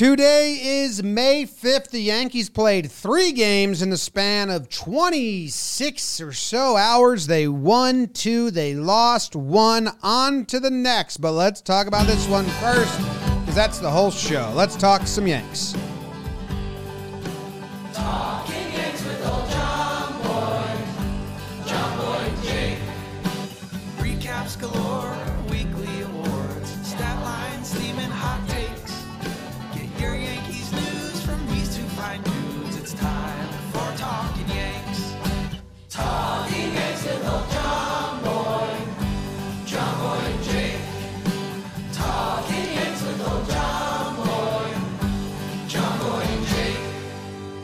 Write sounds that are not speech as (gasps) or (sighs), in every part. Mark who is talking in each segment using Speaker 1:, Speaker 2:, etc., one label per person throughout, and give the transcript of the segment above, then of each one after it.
Speaker 1: Today is May 5th. The Yankees played three games in the span of 26 or so hours. They won two, they lost one. On to the next. But let's talk about this one first, because that's the whole show. Let's talk some Yanks.
Speaker 2: Recaps galore, weekly awards, stat lines, steaming hot takes. Get your Yankees news from these two fine dudes. It's time for Talking Yanks. Talking Yanks with old John Boy, John Boy and Jake. Talking Yanks with old John Boy, John Boy and Jake.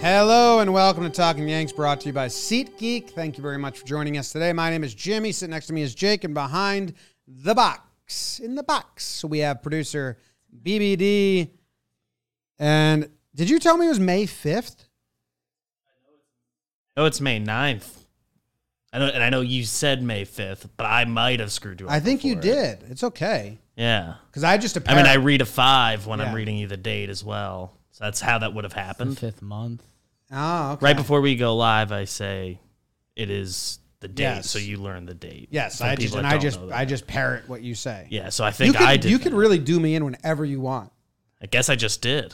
Speaker 1: Hello and welcome to Talking Yanks, brought to you by SeatGeek. Thank you very much for joining us today. My name is Jimmy. Sitting next to me is Jake, and behind the box, in the box, we have producer BBD. And did you tell me it was May 5th?
Speaker 3: No, it's May 9th. I know, and I know you said May 5th, but I might have screwed you up.
Speaker 1: I think you
Speaker 3: before.
Speaker 1: did. It's okay.
Speaker 3: Yeah.
Speaker 1: Because I just
Speaker 3: I mean, I read a five when
Speaker 1: Yeah.
Speaker 3: I'm reading you the date as well. So that's how that would have happened.
Speaker 4: fifth month. (laughs)
Speaker 1: Oh, okay.
Speaker 3: Right before we go live, I say it is the date.
Speaker 1: Yes.
Speaker 3: So you learn the date.
Speaker 1: Yes,
Speaker 3: Some
Speaker 1: I just
Speaker 3: people
Speaker 1: and I
Speaker 3: don't
Speaker 1: just
Speaker 3: know that.
Speaker 1: I just parrot what you say.
Speaker 3: Yeah. So I
Speaker 1: you
Speaker 3: think
Speaker 1: can
Speaker 3: I did.
Speaker 1: you
Speaker 3: that.
Speaker 1: can really do me in whenever you want.
Speaker 3: I guess I just did.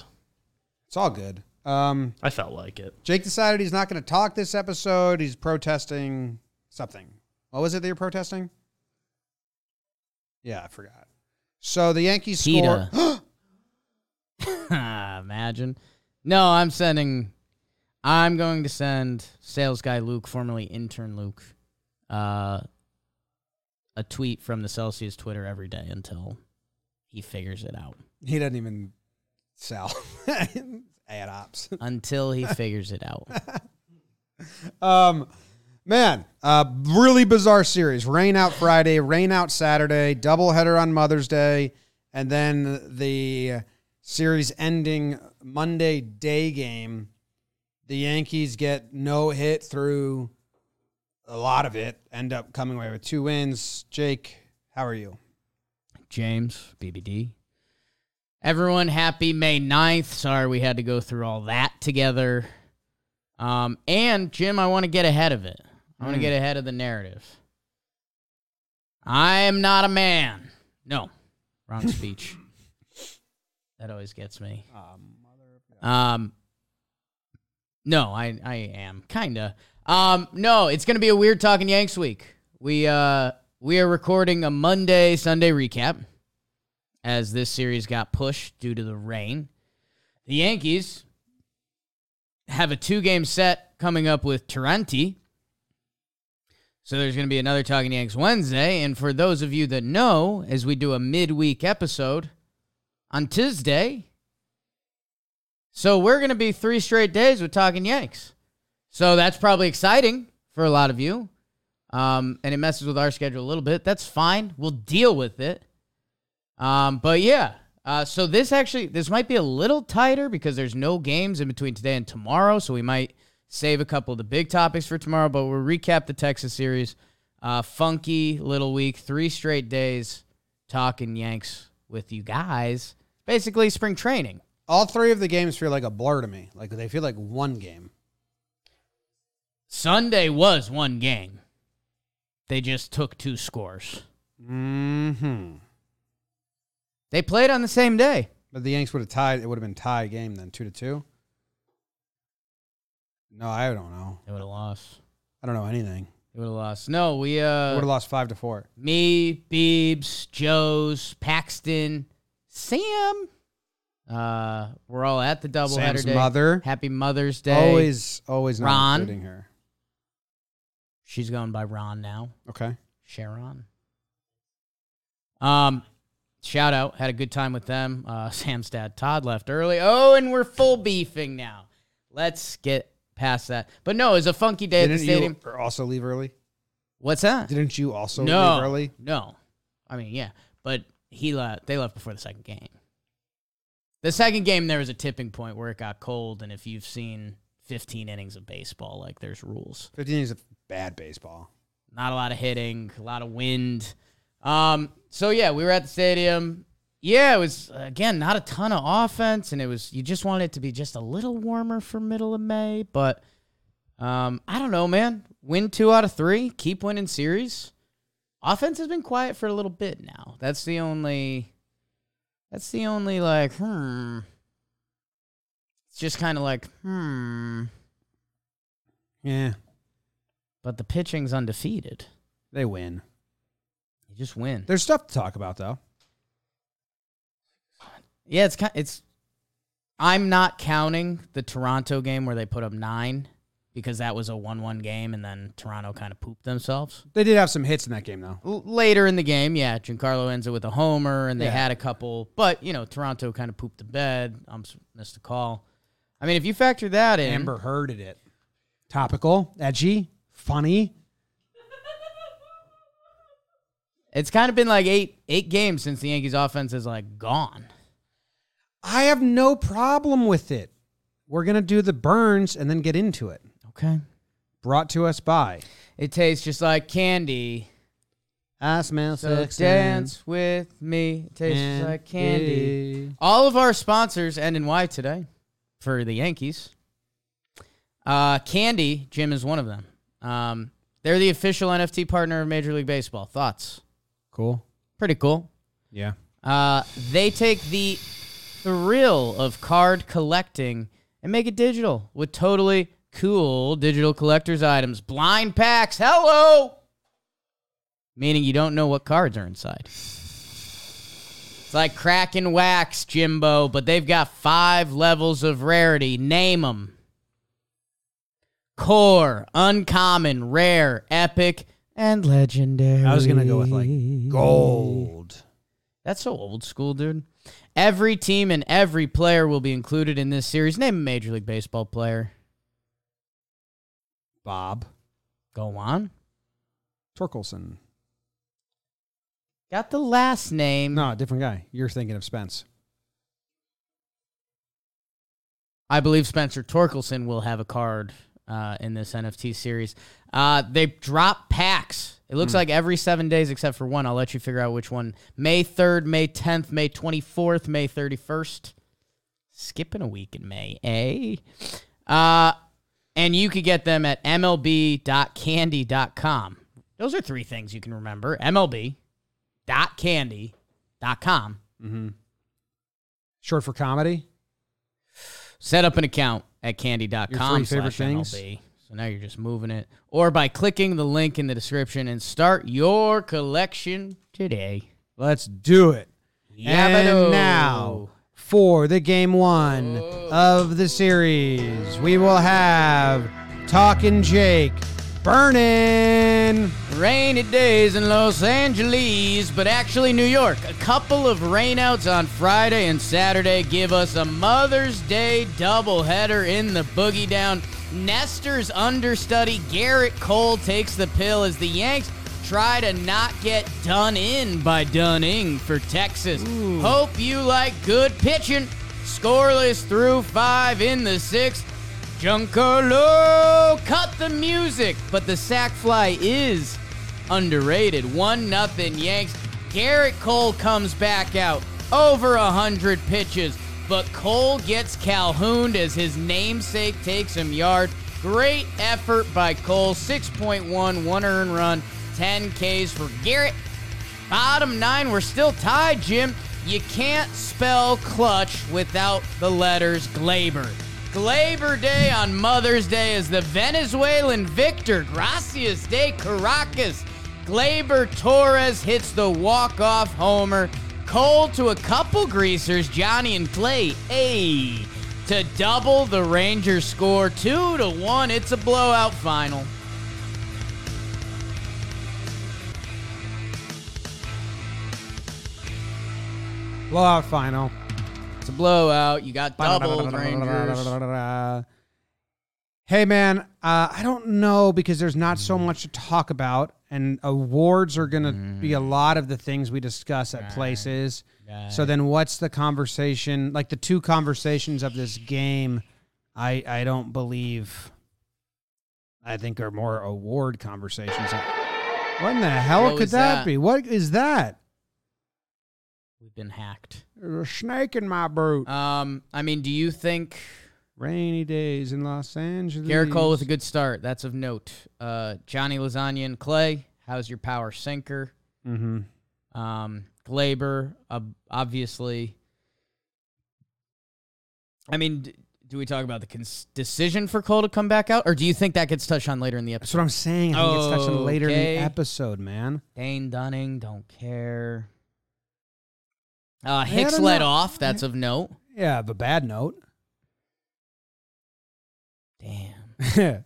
Speaker 1: It's all good. Um,
Speaker 3: I felt like it.
Speaker 1: Jake decided he's not going to talk this episode. He's protesting something. What was it that you're protesting? Yeah, I forgot. So the Yankees
Speaker 4: PETA.
Speaker 1: score.
Speaker 4: Imagine. No, I'm sending. I'm going to send sales guy Luke, formerly intern Luke, uh, a tweet from the Celsius Twitter every day until he figures it out.
Speaker 1: (gasps) he doesn't even sell (laughs) ad ops.
Speaker 4: Until he figures it out.
Speaker 1: Um, man, uh, really bizarre series. Rain out Friday, rain out Saturday, doubleheader on Mother's Day, and then the series ending Monday day game. The Yankees get no hit through a lot of it, end up coming away with two wins. Jake, how are you?
Speaker 4: James, BBD. Everyone happy May 9th. Sorry we had to go through all that together. Um, and Jim, I want to get ahead of it. I want to get ahead of the narrative. I am not a man. No, wrong speech. that always gets me. Um, no, I I am kinda. Um, no, it's gonna be a weird talking Yanks week. We uh we are recording a Monday Sunday recap, as this series got pushed due to the rain. The Yankees have a two game set coming up with Taranti. So there's going to be another Talking Yanks Wednesday. And for those of you that know, as we do a midweek episode on Tuesday, so we're going to be three straight days with Talking Yanks. So that's probably exciting for a lot of you. Um, and it messes with our schedule a little bit. That's fine. We'll deal with it. Um, but yeah, uh, so this actually this might be a little tighter because there's no games in between today and tomorrow, so we might save a couple of the big topics for tomorrow. But we'll recap the Texas series. Uh, funky little week, three straight days talking Yanks with you guys. Basically, spring training.
Speaker 1: All three of the games feel like a blur to me. Like they feel like one game.
Speaker 4: Sunday was one game. They just took two scores.
Speaker 1: Mm-hmm.
Speaker 4: They played on the same day.
Speaker 1: But the Yanks would have tied. It would have been tie game then, two to two. No, I don't know.
Speaker 4: They would have lost.
Speaker 1: I don't know anything.
Speaker 4: They would have lost. No, we
Speaker 1: Would
Speaker 4: uh
Speaker 1: have lost five to four.
Speaker 4: Me, Beebs, Joe's, Paxton, Sam. Uh, we're all at the doubleheader
Speaker 1: Sam's
Speaker 4: day.
Speaker 1: mother.
Speaker 4: Happy Mother's Day.
Speaker 1: Always, always not
Speaker 4: Ron.
Speaker 1: including her.
Speaker 4: She's going by Ron now.
Speaker 1: Okay.
Speaker 4: Sharon. Um, shout out. Had a good time with them. Uh, (laughs) Sam's dad Todd left early. Oh, and we're full beefing now. Let's get past that. But no, it was a funky day at
Speaker 1: Didn't
Speaker 4: the stadium.
Speaker 1: you also leave early?
Speaker 4: What's that?
Speaker 1: Didn't you also
Speaker 4: no,
Speaker 1: leave early?
Speaker 4: No, I mean yeah, but he left. They left before the second game. The second game, there was a tipping point where it got cold, and if you've seen 15 innings of baseball, like there's rules.
Speaker 1: Fifteen is a bad baseball.
Speaker 4: Not a lot of hitting, a lot of wind. Um, so yeah, we were at the stadium. Yeah, it was again not a ton of offense, and it was you just wanted it to be just a little warmer for middle of May. But um, I don't know, man. Win two out of three, keep winning series. Offense has been quiet for a little bit now. That's the only. That's the only like hmm. It's just kind of like hmm,
Speaker 1: Yeah,
Speaker 4: but the pitching's undefeated.
Speaker 1: they win.
Speaker 4: You just win.
Speaker 1: There's stuff to talk about though.
Speaker 4: Yeah, it's kind. It's. I'm not counting the Toronto game where they put up nine because that was a one-one game, and then Toronto kind of pooped themselves
Speaker 1: They did have some hits in that game though.
Speaker 4: L- later in the game. Yeah, Giancarlo Enzo with a homer, and they
Speaker 1: Yeah.
Speaker 4: had a couple, but you know Toronto kind of pooped the bed. I missed a call. I mean, if you factor that in,
Speaker 1: Amber Heard did it. Topical, edgy, funny.
Speaker 4: it's kind of been like eight eight games since the Yankees' offense is like gone.
Speaker 1: I have no problem with it. We're gonna do the burns and then get into it.
Speaker 4: Okay,
Speaker 1: Brought to us by
Speaker 4: it tastes just like candy.
Speaker 1: I smell
Speaker 4: So dance with me. It tastes
Speaker 1: and
Speaker 4: like candy. All of our sponsors end in Y today for the Yankees. Uh, candy, Jim is one of them. Um, they're the official NFT partner of Major League Baseball. Thoughts?
Speaker 1: Cool.
Speaker 4: Pretty cool.
Speaker 1: Yeah.
Speaker 4: Uh, they take the thrill of card collecting and make it digital with totally cool digital collector's items. Blind packs. Hello! Meaning you don't know what cards are inside. It's like crack and wax, Jimbo, but they've got five levels of rarity. Name them core, uncommon, rare, epic, and legendary.
Speaker 1: I was gonna go with like gold.
Speaker 4: That's so old school, dude. Every team and every player will be included in this series. Name a Major League Baseball player.
Speaker 1: Bob
Speaker 4: Go on.
Speaker 1: Torkelson.
Speaker 4: Got the last name.
Speaker 1: No, different guy. You're thinking of Spence.
Speaker 4: I believe Spencer Torkelson will have a card uh, in this NFT series. Uh, they drop packs. It looks like every seven days except for one. I'll let you figure out which one. May 3rd, May 10th, May 24th, May 31st. Skipping a week in May, eh? Uh, and you could get them at mlb.candy.com. Those are three things you can remember mlb.candy.com.
Speaker 1: Mm-hmm. Short for comedy.
Speaker 4: set up an account at candy.com
Speaker 1: Your three favorite
Speaker 4: slash MLB.
Speaker 1: things.
Speaker 4: So now you're just moving it. Or by clicking the link in the description and start your collection today.
Speaker 1: Let's do it.
Speaker 4: Yabado.
Speaker 1: And now for the game one of the series, we will have Talking Jake Burnin.
Speaker 4: Rainy days in Los Angeles, but actually New York. A couple of rainouts on Friday and Saturday give us a Mother's Day doubleheader in the boogie down. Nestor's understudy Garrett Cole takes the pill as the Yanks try to not get done in by Dunning for Texas. Hope you like good pitching. Scoreless through five in the sixth. Giancarlo, cut the music, but the sack fly is underrated. One nothing Yanks. Garrett Cole comes back out over a hundred pitches, but Cole gets Calhoun as his namesake takes him yard. Great effort by Cole. 6.1, one earned run, 10 Ks for Garrett. Bottom nine, we're still tied, Jim. You can't spell clutch without the letters Glaber. Glaber Day on Mother's Day is the Venezuelan victor, Gracias de Caracas. Glaber Torres hits the walk-off homer. Cole to a couple greasers, Johnny and Clay. Hey, to double the Rangers score, two to one. It's a blowout final.
Speaker 1: Blowout final.
Speaker 4: It's a blowout. You got doubled, Rangers.
Speaker 1: Hey man, uh, I don't know because there's not so much to talk about, and awards are gonna be a lot of the things we discuss at places. So then, what's the conversation? Like the two conversations of this game, I I don't believe. I think are more award conversations. What in the hell
Speaker 4: What
Speaker 1: could
Speaker 4: was
Speaker 1: that,
Speaker 4: that?
Speaker 1: be? What is that?
Speaker 4: We've been hacked.
Speaker 1: There's a snake in my boot.
Speaker 4: Um, I mean, do you think
Speaker 1: Rainy days in Los Angeles.
Speaker 4: Garrett Cole with a good start? That's of note. Uh, Johnny Lasagna and Clay. How's your power sinker?
Speaker 1: Mm-hmm.
Speaker 4: Um, Glaber, ob- obviously. I mean, d- do we talk about the cons- decision for Cole to come back out, or do you think that gets touched on later in the
Speaker 1: That's
Speaker 4: episode?
Speaker 1: what I'm saying. I think it's touching later in
Speaker 4: Oh, Okay.
Speaker 1: the episode, man.
Speaker 4: Dane Dunning, don't care. Uh,
Speaker 1: Yeah, I
Speaker 4: Hicks
Speaker 1: don't
Speaker 4: let
Speaker 1: know.
Speaker 4: off. That's of note.
Speaker 1: Yeah, the bad note. (laughs)
Speaker 4: Damn,
Speaker 1: I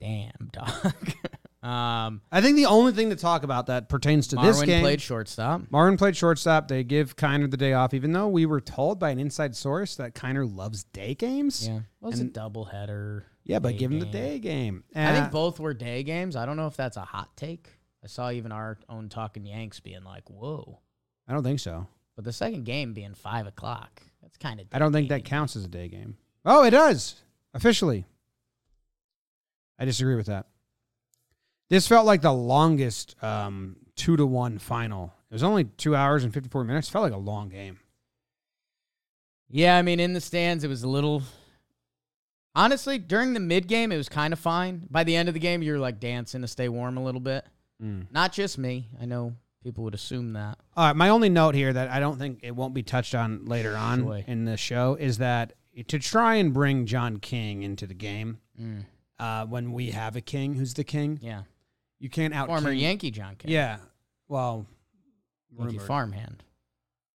Speaker 4: damn dog. (laughs) um,
Speaker 1: think the only thing to talk about that pertains to this
Speaker 4: Marwin
Speaker 1: game.
Speaker 4: played shortstop.
Speaker 1: Marvin played shortstop. They give Kiner the day off, even though we were told by an inside source that Kiner loves day games.
Speaker 4: Yeah, was
Speaker 1: And-
Speaker 4: a doubleheader.
Speaker 1: Yeah, but
Speaker 4: day
Speaker 1: give him the
Speaker 4: game.
Speaker 1: day game.
Speaker 4: I
Speaker 1: Uh,
Speaker 4: think both were day games. I don't know if that's a hot take. I saw even our own talking Yanks being like, "Whoa,"
Speaker 1: I don't think so.
Speaker 4: but the second game being five o'clock. That's kind of.
Speaker 1: I don't think that counts as a day game. Oh, it does officially. I disagree with that. This felt like the longest um, two to one final. It was only two hours and fifty four minutes. Felt like a long game.
Speaker 4: Yeah, I mean, in the stands, it was a little. Honestly, during the mid game, it was kind of fine. By the end of the game, you were like dancing to stay warm a little bit. Not just me. I know people would assume that.
Speaker 1: All right, Uh, my only note here that I don't think it won't be touched on later on
Speaker 4: Joy.
Speaker 1: in the show is that to try and bring John King into the game
Speaker 4: Mm,
Speaker 1: uh, when we have a king who's the king,
Speaker 4: yeah,
Speaker 1: you can't out
Speaker 4: former
Speaker 1: king-
Speaker 4: Yankee John King.
Speaker 1: Yeah, well,
Speaker 4: Yankee
Speaker 1: rumored.
Speaker 4: farmhand.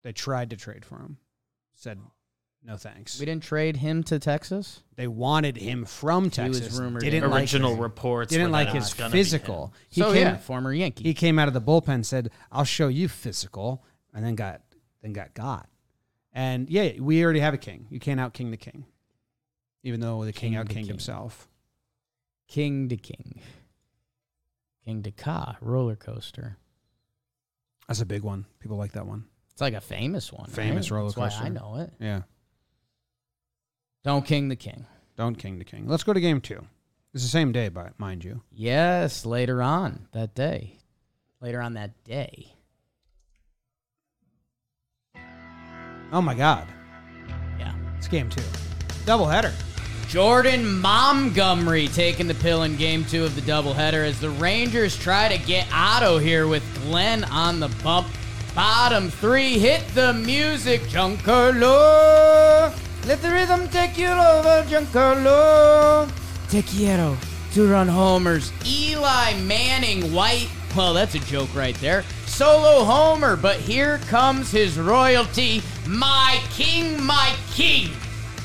Speaker 1: they tried to trade for him. Said no thanks.
Speaker 4: We didn't trade him to Texas.
Speaker 1: They wanted him from Texas.
Speaker 4: was rumored
Speaker 1: didn't
Speaker 4: in-
Speaker 1: like
Speaker 3: Original
Speaker 1: his,
Speaker 3: reports
Speaker 1: didn't
Speaker 3: were
Speaker 1: like
Speaker 3: that it
Speaker 1: his
Speaker 3: was gonna be
Speaker 1: physical.
Speaker 3: him.
Speaker 1: He
Speaker 4: so
Speaker 1: came
Speaker 4: yeah, former Yankee.
Speaker 1: he came out of the bullpen said, "I'll show you physical," and then got then got got. And yeah, we already have a king. You can't out king the king, even though the king,
Speaker 4: King
Speaker 1: out
Speaker 4: the
Speaker 1: kinged
Speaker 4: king.
Speaker 1: himself.
Speaker 4: King to King. King to Ka roller coaster.
Speaker 1: That's a big one. People like that one.
Speaker 4: It's like a famous one.
Speaker 1: Famous
Speaker 4: right?
Speaker 1: roller
Speaker 4: That's Why I
Speaker 1: coaster.
Speaker 4: know it.
Speaker 1: Yeah,
Speaker 4: Don't King the King.
Speaker 1: don't king the king. Let's go to game two. It's the same day, but mind you,
Speaker 4: Yes, later on that day. Later on that day.
Speaker 1: oh my god,
Speaker 4: Yeah.
Speaker 1: it's game two, double header.
Speaker 4: Jordan Montgomery taking the pill in game two of the doubleheader as the Rangers try to get Otto here with Glenn on the bump. Bottom three, hit the music, Junkerlo. Let the rhythm take you over, Junkerlo. Tequiero, two run homers. Eli Manning White. Well, that's a joke right there. Solo homer, but here comes his royalty. My king, my king.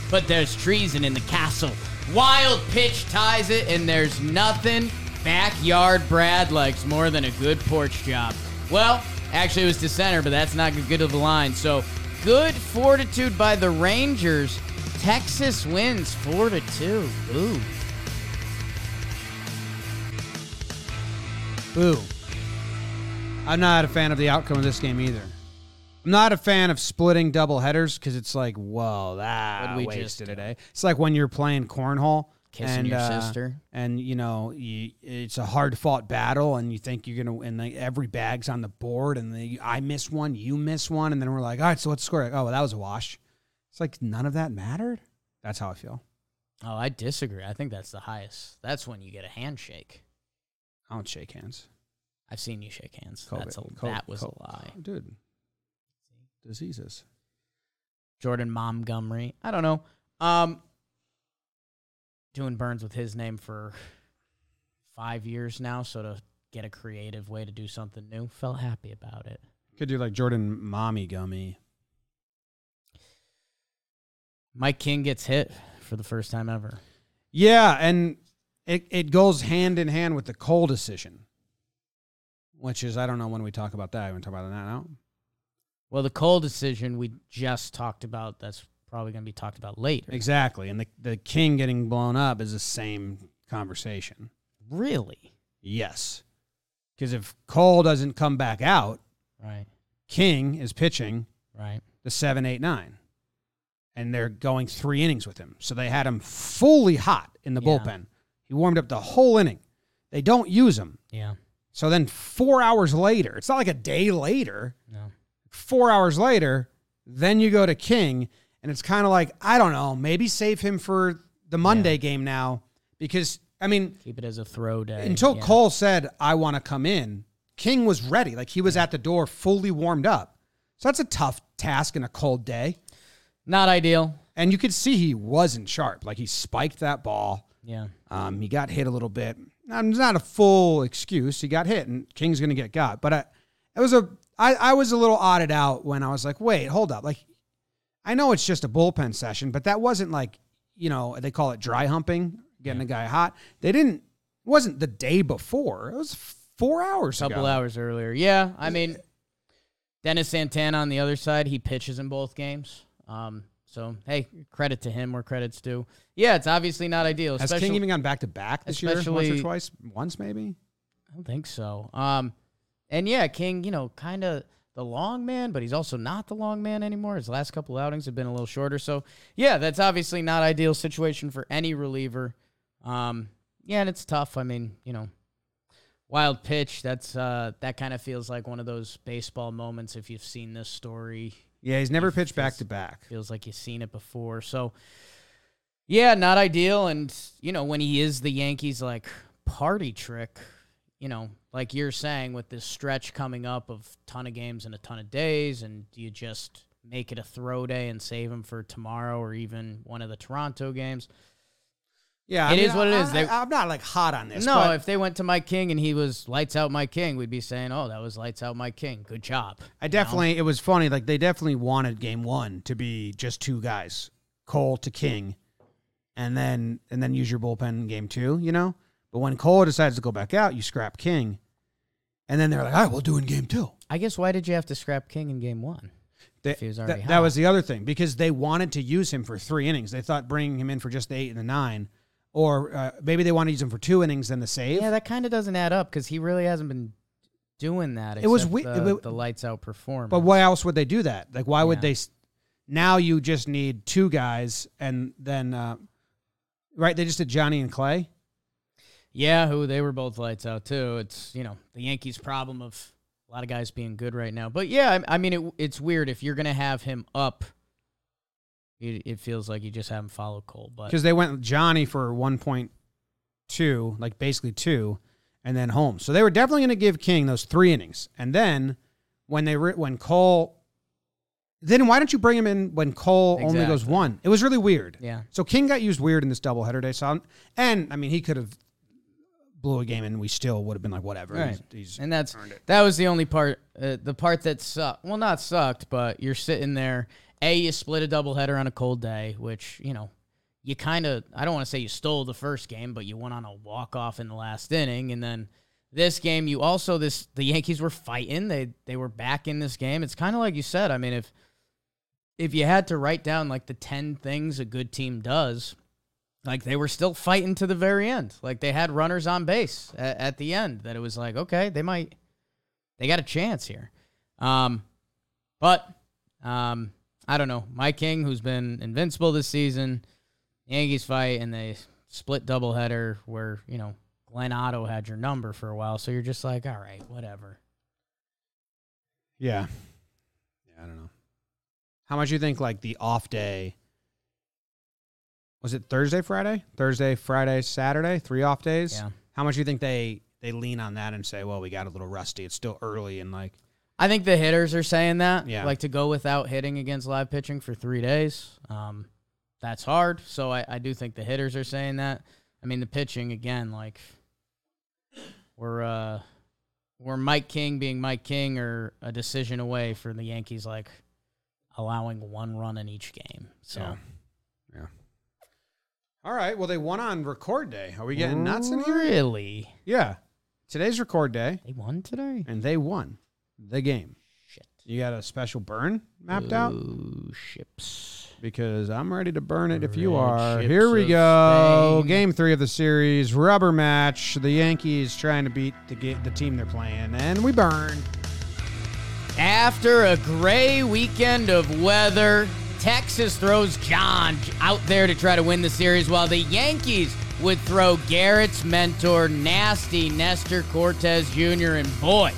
Speaker 4: But there's treason in the castle. Wild pitch ties it, and there's nothing backyard Brad likes more than a good porch job. Well, actually, it was to center, but that's not good of the line. So, good fortitude by the Rangers. Texas wins four to two. Ooh,
Speaker 1: Boo. I'm not a fan of the outcome of this game either. I'm not a fan of splitting double headers because it's like, whoa, that
Speaker 4: What'd we just
Speaker 1: wasted
Speaker 4: do?
Speaker 1: a day. It's like when you're playing cornhole,
Speaker 4: Kissing
Speaker 1: and,
Speaker 4: your
Speaker 1: uh,
Speaker 4: sister.
Speaker 1: and you know you, it's a hard fought battle, and you think you're gonna, and like every bag's on the board, and the, I miss one, you miss one, and then we're like, all right, so let's score. Like, oh, well, that was a wash. It's like none of that mattered. That's how I feel.
Speaker 4: oh, I disagree. I think that's the highest. That's when you get a handshake.
Speaker 1: I don't shake hands.
Speaker 4: I've seen you shake hands.
Speaker 1: COVID.
Speaker 4: that's a,
Speaker 1: Co-
Speaker 4: that was
Speaker 1: co-
Speaker 4: a lie.
Speaker 1: dude. Diseases.
Speaker 4: Jordan Montgomery. I don't know. Um, doing Burns with his name for five years now, so to get a creative way to do something new, felt happy about it.
Speaker 1: Could do like Jordan Mommy Gummy.
Speaker 4: Mike King gets hit for the first time ever.
Speaker 1: Yeah, and it, it goes hand in hand with the Cole decision, which is, I don't know when we talk about that. I haven't talked about that now.
Speaker 4: Well, the Cole decision we just talked about. That's probably going to be talked about later.
Speaker 1: Exactly. And the, the king getting blown up is the same conversation.
Speaker 4: Really?
Speaker 1: Yes. Because if Cole doesn't come back out,
Speaker 4: Right.
Speaker 1: King is pitching
Speaker 4: Right.
Speaker 1: the seven, eight, nine, and they're going three innings with him. So they had him fully hot in the
Speaker 4: Yeah.
Speaker 1: bullpen. He warmed up the whole inning. They don't use him.
Speaker 4: Yeah.
Speaker 1: So then four hours later, it's not like a day later,
Speaker 4: No.
Speaker 1: Four hours later, then you go to King, and it's kind of like I don't know, maybe save him for the Monday game now because I mean,
Speaker 4: Keep it as a throw day.
Speaker 1: until
Speaker 4: yeah.
Speaker 1: Cole said I want to come in, King was ready, like he was at the door, fully warmed up. So that's a tough task in a cold day,
Speaker 4: Not ideal.
Speaker 1: and you could see he wasn't sharp. Like he spiked that ball.
Speaker 4: Yeah.
Speaker 1: Um, he got hit a little bit. Now, It's not a full excuse. He got hit, and King's going to get got. But I, it was a, I, I was a little odded out when I was like, wait, hold up. Like, I know it's just a bullpen session, but that wasn't like, you know, they call it dry humping, getting a guy hot. They didn't. It wasn't the day before. It was four hours
Speaker 4: couple
Speaker 1: ago.
Speaker 4: hours earlier. Yeah, I mean, Dennis Santana on the other side, he pitches in both games. Um, so hey, credit to him where credit's due. Yeah, it's obviously not ideal.
Speaker 1: Has
Speaker 4: especially-
Speaker 1: King even gone back to back this year? Once or
Speaker 4: especially-
Speaker 1: twice? Once maybe.
Speaker 4: I don't think so. Um, and yeah, King, you know, kind of the long man, but he's also not the long man anymore. His last couple outings have been a little shorter. So yeah, that's obviously not ideal situation for any reliever. Um, yeah, and it's tough. I mean, you know, wild pitch. That's uh, that kind of feels like one of those baseball moments. If you've seen this story,
Speaker 1: Yeah, he's never pitched back
Speaker 4: feels-
Speaker 1: to back.
Speaker 4: feels like you've seen it before. So, yeah, not ideal. And you know, when he is the Yankees, like party trick, you know, like you're saying with this stretch coming up of ton of games and a ton of days, and do you just make it a throw day and save him for tomorrow or even one of the Toronto games?
Speaker 1: Yeah,
Speaker 4: It is what it is.
Speaker 1: I,
Speaker 4: They-
Speaker 1: am not like hot on this.
Speaker 4: no,
Speaker 1: but-
Speaker 4: if they went to Mike King and he was lights out Mike King, we'd be saying, "Oh, that was lights out Mike King. Good job."
Speaker 1: I definitely it was funny. Like they definitely wanted game one to be just two guys, Cole to King, and then and then use your bullpen in game two, you know? But when Cole decides to go back out, you scrap King. And then they're like, all right, we'll do in game two.
Speaker 4: I guess why did you have to scrap King in Game One?
Speaker 1: They,
Speaker 4: he was
Speaker 1: that-
Speaker 4: already
Speaker 1: that,
Speaker 4: hot.
Speaker 1: was the other thing because they wanted to use him for three innings. They thought bringing him in for just the eight and the nine, or uh, maybe they want to use him for two innings then the save.
Speaker 4: Yeah, that kind of doesn't add up because he really hasn't been doing that.
Speaker 1: It was
Speaker 4: except
Speaker 1: we-
Speaker 4: the,
Speaker 1: it wa-
Speaker 4: the lights out performance.
Speaker 1: But why else would they do that? Like, why would
Speaker 4: Yeah.
Speaker 1: they? s- Now you just need two guys, and then uh, right? They just did Johnny and Clay.
Speaker 4: yeah, who they were both lights out too. It's you know the Yankees' problem of a lot of guys being good right now. But yeah, I, I mean it, it's weird if you're gonna have him up. It, it feels like you just haven't followed Cole, but
Speaker 1: because they went with Johnny for 1.2, like basically two, and then Holmes. So they were definitely going to give King those three innings, and then when they re- when Cole, then why don't you bring him in when Cole only goes
Speaker 4: Exactly.
Speaker 1: one? It was really weird.
Speaker 4: Yeah.
Speaker 1: So King got used weird in this doubleheader day. So I'm, and I mean he could have blew a game, and we still would have been like whatever.
Speaker 4: Right.
Speaker 1: He's, he's,
Speaker 4: and that's that was the only part, uh, the part that sucked. Well, not sucked, but you're sitting there. A, you split a doubleheader on a cold day, which you know you kind of. I don't want to say you stole the first game, but you went on a walk off in the last inning, and then this game you also this the Yankees were fighting. They they were back in this game. It's kind of like you said. I mean, if if you had to write down like the 10 things a good team does, like they were still fighting to the very end. Like they had runners on base at, at the end that it was like, okay, they might, they got a chance here. Um, but, um, I don't know. My King, who's been invincible this season, Yankees fight and they split doubleheader where, you know, Glenn Otto had your number for a while. So you're just like, all right, whatever.
Speaker 1: yeah, yeah. I don't know. How much you think like the off day? Was it Thursday, Friday? Thursday, Friday, Saturday, three off days.
Speaker 4: Yeah.
Speaker 1: How much do you think they they lean on that and say, well, we got a little rusty. It's still early and like
Speaker 4: I think the hitters are saying that.
Speaker 1: Yeah.
Speaker 4: Like to go without hitting against live pitching for three days. Um, that's hard. So I, I do think the hitters are saying that. I mean the pitching again, like we're uh we're Mike King being Mike King or a decision away for the Yankees like allowing one run in each game. So
Speaker 1: Yeah. all right, well, they won on record day. Are we getting nuts in here?
Speaker 4: Really?
Speaker 1: Yeah. Today's record day,
Speaker 4: They won today?
Speaker 1: and they won the game.
Speaker 4: Shit.
Speaker 1: You got a special burn mapped out?
Speaker 4: Ooh, ships.
Speaker 1: Because I'm ready to burn it if you
Speaker 4: Red
Speaker 1: are.
Speaker 4: chips
Speaker 1: Here we
Speaker 4: of
Speaker 1: go.
Speaker 4: Spain.
Speaker 1: Game three of the series, rubber match. The Yankees trying to beat the, ga- the team they're playing, and we burn. (laughs)
Speaker 4: After a gray weekend of weather, Texas throws John out there to try to win the series, while the Yankees would throw Garrett's mentor, nasty Nestor Cortez Jr., and boy,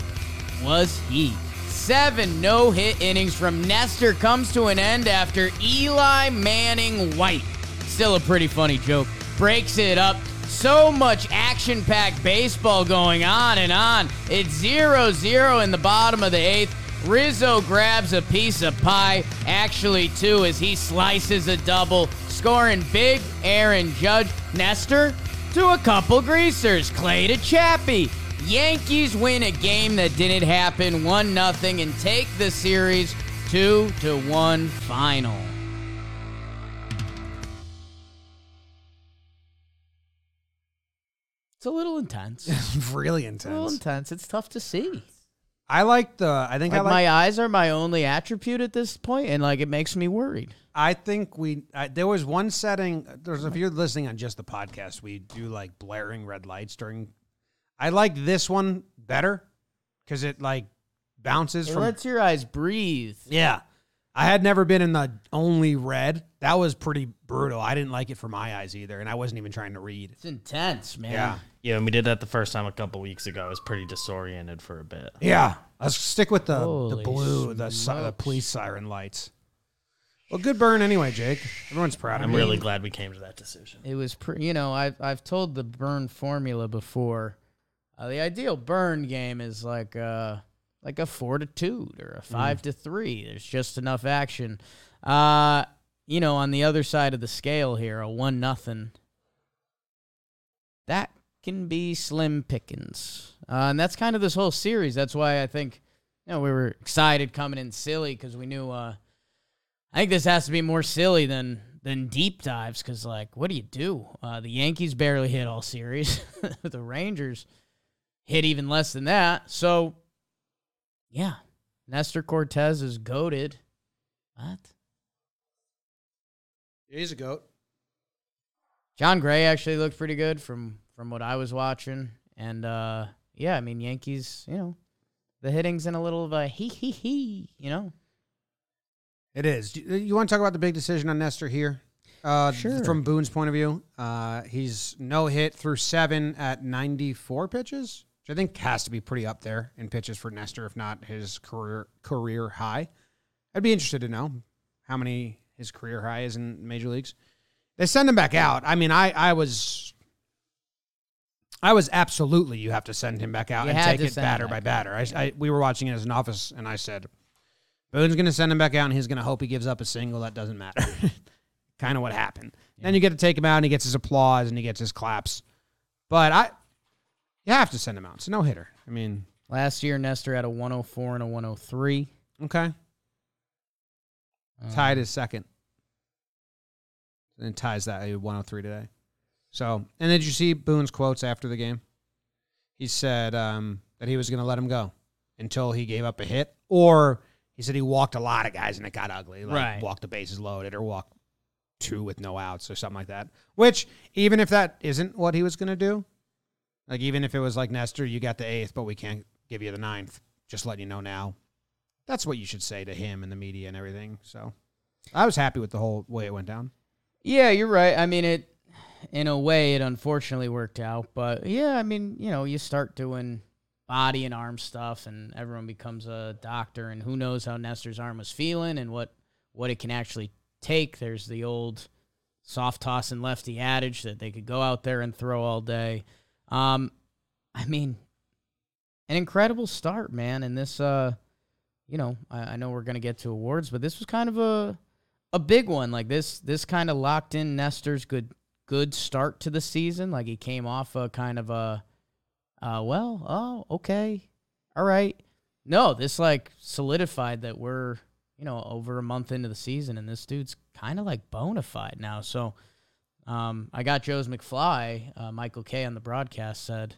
Speaker 4: was he seven no hit innings from Nestor comes to an end after Eli Manning White. Still a pretty funny joke. Breaks it up. So much action packed baseball going on and on. It's 0 0 in the bottom of the eighth. Rizzo grabs a piece of pie, actually, two, as he slices a double, scoring big Aaron Judge. Nestor to a couple greasers, Clay to Chappie. Yankees win a game that didn't happen, 1 0, and take the series 2 to 1 final. It's a little intense. (laughs) It's
Speaker 1: really
Speaker 4: a little
Speaker 1: intense.
Speaker 4: intense. It's tough to see.
Speaker 1: I like the. I think I
Speaker 4: Like
Speaker 1: like.
Speaker 4: my eyes are my only attribute at this point, and like it makes me worried.
Speaker 1: I think we. I, there was one setting. There's if you're listening on just the podcast, we do like blaring red lights during. I like this one better because it like bounces
Speaker 4: It
Speaker 1: from.
Speaker 4: lets your eyes breathe.
Speaker 1: Yeah, I had never been in the only red. That was pretty brutal. I didn't like it for my eyes either, and I wasn't even trying to read.
Speaker 4: It's intense, man.
Speaker 1: Yeah,
Speaker 3: Yeah, and we did that the first time a couple weeks ago. I was pretty disoriented for a bit.
Speaker 1: yeah. Let's stick with the the
Speaker 4: Holy
Speaker 1: blue, the, si- the police siren lights. Well, good burn anyway, Jake. Everyone's proud of
Speaker 3: I'm
Speaker 1: you.
Speaker 3: really glad we came to that decision.
Speaker 4: It was, pre- you know, I've I've told the burn formula before. Uh, the ideal burn game is like a like a fortitude or a five to three. There's just enough action. Uh, you know, on the other side of the scale here, a one nothing. That can be slim pickings, uh, and that's kind of this whole series. That's why I think, you know, we were excited coming in silly because we knew. Uh, I think this has to be more silly than than deep dives because, like, what do you do? Uh, the Yankees barely hit all series. (laughs) the Rangers hit even less than that. So, yeah, Nestor Cortez is goaded. What?
Speaker 1: He's a goat.
Speaker 4: John Gray actually looked pretty good from from what I was watching, and uh, yeah, I mean Yankees, you know, the hitting's in a little of a hee hee hee, you know.
Speaker 1: It is. Do You, you want to talk about the big decision on Nestor here? Uh, th-
Speaker 4: Sure.
Speaker 1: From Boone's point of view, uh, he's no hit through seven at 94 pitches, which I think has to be pretty up there in pitches for Nestor, if not his career career high. I'd be interested to know how many his career high is in major leagues. They send him back out. I mean, I I was. I was absolutely. You have to send him back out
Speaker 4: You
Speaker 1: and
Speaker 4: had
Speaker 1: take
Speaker 4: to
Speaker 1: it
Speaker 4: send him
Speaker 1: batter by
Speaker 4: back
Speaker 1: batter. I, I we were watching it as an office, and I said, Boone's going to send him back out, and he's going to hope he gives up a single. That doesn't
Speaker 4: (laughs)
Speaker 1: matter. kind of what happened. Then you get to take him out, and he gets his applause, and he gets his claps. But I, you have to send him out. It's a no hitter. I mean,
Speaker 4: Last year, Nestor had a 104 and a 103.
Speaker 1: okay,
Speaker 4: Um,
Speaker 1: tied is second, and ties that uh, at 103 today. So, and did you see Boone's quotes after the game? He said um, that he was going to let him go until he gave up a hit, or he said he walked a lot of guys and it got ugly. Like
Speaker 4: Right.
Speaker 1: walked the bases loaded, or walked two with no outs, or something like that. Which, even if that isn't what he was going to do, like even if it was like Nestor, you got the eighth, but we can't give you the ninth. Just letting you know now. That's what you should say to him and the media and everything. So, I was happy with the whole way it went down.
Speaker 4: Yeah, you're right. I mean, it in a way it unfortunately worked out, but yeah, I mean, you know, you start doing body and arm stuff, and everyone becomes a doctor, and who knows how Nestor's arm was feeling and what what it can actually take. There's the old soft toss and lefty adage that they could go out there and throw all day. Um, I mean, an incredible start, man. And this, uh, you know, I, I know we're gonna get to awards, but this was kind of a a big one like this this kind of locked in Nestor's good good start to the season like he came off a kind of a uh well oh okay all right no this like solidified that we're you know over a month into the season and this dude's kind of like bona fide now so um I got Joe's McFly uh, Michael K on the broadcast said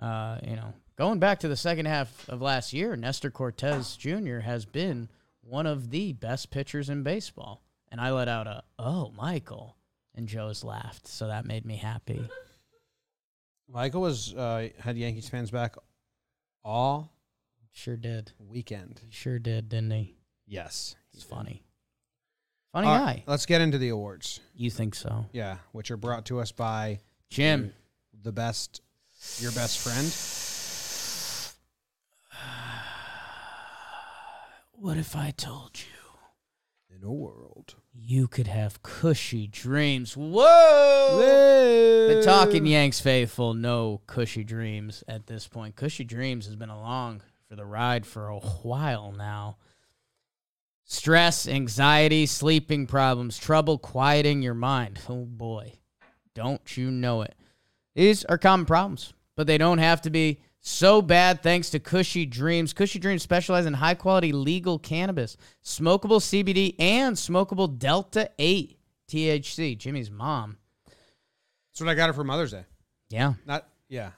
Speaker 4: uh you know going back to the second half of last year Nestor Cortez Jr has been one of the best pitchers in baseball. And I let out a, oh, Michael. And Joe's laughed. So that made me happy.
Speaker 1: Michael was uh, had Yankees fans back all
Speaker 4: Sure did.
Speaker 1: weekend.
Speaker 4: He sure did, didn't he?
Speaker 1: Yes,
Speaker 4: It's funny. Funny
Speaker 1: All right,
Speaker 4: guy.
Speaker 1: Let's get into the awards.
Speaker 4: You think so?
Speaker 1: Yeah, which are brought to us by Mm.
Speaker 4: Jim.
Speaker 1: the best, your best friend.
Speaker 4: uh, What if I told you
Speaker 1: In a world.
Speaker 4: you could have cushy dreams? Whoa! The Oh! Talking Yanks faithful, no cushy dreams at this point. Cushy dreams has been along for the ride for a while now. Stress, anxiety, sleeping problems, trouble quieting your mind. Oh boy, don't you know it. These are common problems, but they don't have to be so bad thanks to Cushy Dreams. Cushy Dreams specialize in high quality legal cannabis, smokable CBD, and smokable Delta 8 THC. Jimmy's mom.
Speaker 1: That's what I got her for Mother's Day.
Speaker 4: Yeah.
Speaker 1: Not yeah.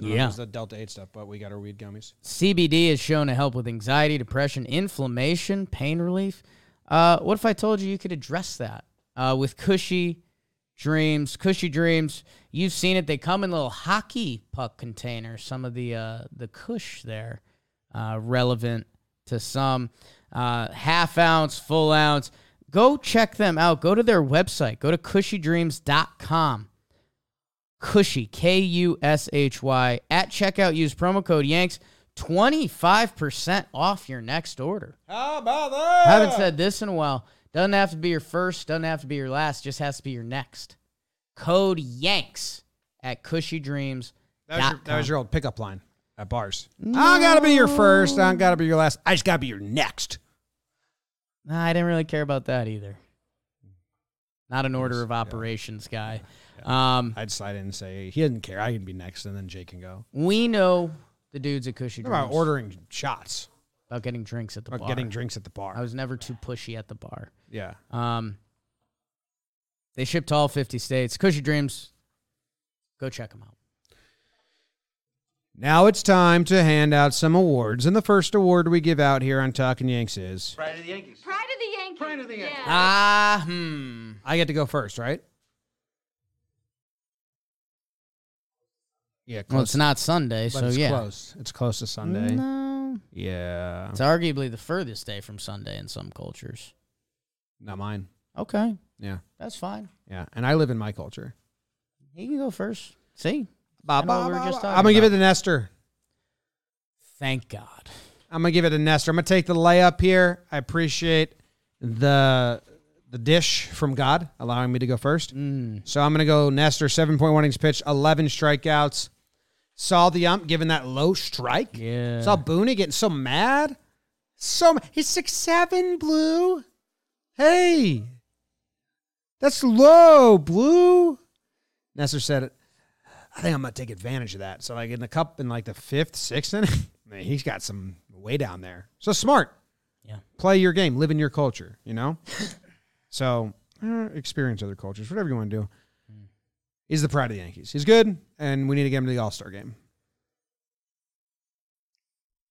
Speaker 1: I don't know if it
Speaker 4: Yeah.
Speaker 1: was the Delta Eight stuff, but we got her weed gummies.
Speaker 4: CBD is shown to help with anxiety, depression, inflammation, pain relief. Uh, what if I told you you could address that uh, with cushy dreams? Cushy dreams, you've seen it. They come in little hockey puck containers. Some of the uh, the cush there, uh, relevant to some uh, half ounce, full ounce. Go check them out. Go to their website. Go to cushydreams.com. Cushy, K U S H Y. At checkout, use promo code Yanks, 25% off your next order.
Speaker 1: How about that?
Speaker 4: I haven't said this in a while. Doesn't have to be your first, doesn't have to be your last, just has to be your next. Code Yanks at cushydreams.
Speaker 1: that was, your, that was your old pickup line at bars. I gotta be your first. I gotta be your last. I just gotta be your next.
Speaker 4: Nah, I didn't really care about that either. Not an order of operations guy. Um,
Speaker 1: I'd slide in and say he doesn't care. I can be next, and then Jake can go.
Speaker 4: we know the dudes at Cushy
Speaker 1: What about
Speaker 4: Dreams
Speaker 1: ordering shots?
Speaker 4: about getting drinks at the
Speaker 1: About
Speaker 4: bar.
Speaker 1: getting drinks at the bar?
Speaker 4: I was never too pushy at the bar.
Speaker 1: yeah.
Speaker 4: Um, they ship to all 50 states. Cushy Dreams, go check them out.
Speaker 1: Now it's time to hand out some awards, and the first award we give out here on Talking Yanks is
Speaker 5: Pride of the Yankees. Pride of the Yankees. Yeah.
Speaker 4: Ah, hmm.
Speaker 1: I get to go first, right? Yeah, close.
Speaker 4: Well, it's not Sunday,
Speaker 1: but
Speaker 4: so
Speaker 1: it's
Speaker 4: yeah.
Speaker 1: close. It's close to Sunday.
Speaker 4: No.
Speaker 1: Yeah,
Speaker 4: It's arguably the furthest day from Sunday in some cultures.
Speaker 1: not mine.
Speaker 4: Okay,
Speaker 1: Yeah,
Speaker 4: that's fine.
Speaker 1: yeah, and I live in my culture.
Speaker 4: He can go first. See?
Speaker 1: Ba,
Speaker 4: I know we were just talking
Speaker 1: I'm gonna give it
Speaker 4: about-
Speaker 1: to Nestor.
Speaker 4: Thank God.
Speaker 1: I'm gonna give it to Nestor. I'm gonna take the layup here. I appreciate the the dish from God allowing me to go first. So I'm gonna go Nestor, seven point one innings pitch, eleven strikeouts. Saw the ump giving that low strike.
Speaker 4: Yeah.
Speaker 1: Saw Booney getting so mad. So ma- he's six seven blue. Hey, that's low blue. Nestor said it. I think I'm gonna take advantage of that. So like in the cup in like the fifth, sixth inning, (laughs) man, he's got some way down there. So smart.
Speaker 4: Yeah.
Speaker 1: Play your game, live in your culture. You know. (laughs) so eh, experience other cultures, whatever you want to do. He's the pride of the Yankees. He's good, and we need to get him to the All Star game.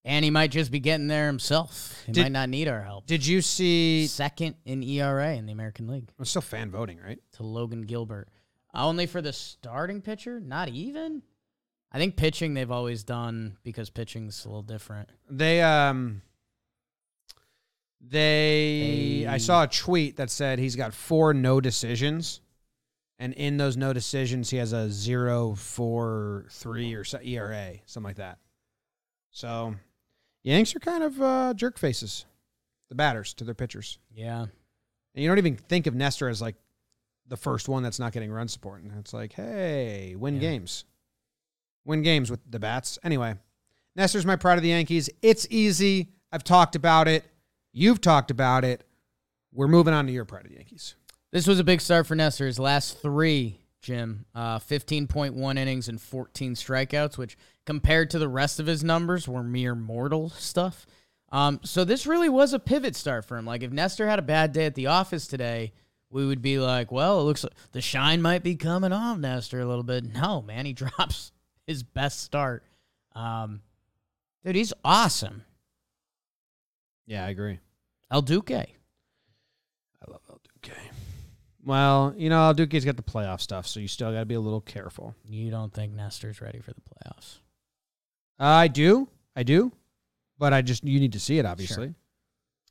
Speaker 4: And he might just be getting there himself. He
Speaker 1: Did-
Speaker 4: might not need our help.
Speaker 1: Did you see?
Speaker 4: Second in ERA in the American League
Speaker 1: It's still fan voting, right?
Speaker 4: to Logan Gilbert. Only for the starting pitcher? Not even? I think pitching they've always done because pitching's a little different.
Speaker 1: They um they, I
Speaker 4: They-
Speaker 1: saw a tweet that said he's got four no decisions. And in those no decisions, he has a zero four three or so, ERA, something like that. So, Yanks are kind of uh, jerk faces, the batters to their pitchers.
Speaker 4: Yeah.
Speaker 1: And you don't even think of Nestor as like the first one that's not getting run support. And it's like, hey, win
Speaker 4: Yeah.
Speaker 1: games. Win games with the bats. Anyway, Nestor's my pride of the Yankees. It's easy. I've talked about it. You've talked about it. We're moving on to your pride of the Yankees.
Speaker 4: This was a big start for Nestor. His last three, Jim, uh, 15.1 innings and 14 strikeouts, which compared to the rest of his numbers were mere mortal stuff. Um, so this really was a pivot start for him. Like if Nestor had a bad day at the office today, we would be like, well, it looks like the shine might be coming off Nestor a little bit. (laughs) No, man, he drops his best start. Um, dude, he's awesome.
Speaker 1: Yeah, I agree.
Speaker 4: El Duque.
Speaker 1: I love El Duque. Well, you know, El Duque's got the playoff stuff, so you still got to be a little careful.
Speaker 4: You don't think Nestor's ready for the playoffs?
Speaker 1: Uh, I do. I do. But I just, you need to see it, obviously.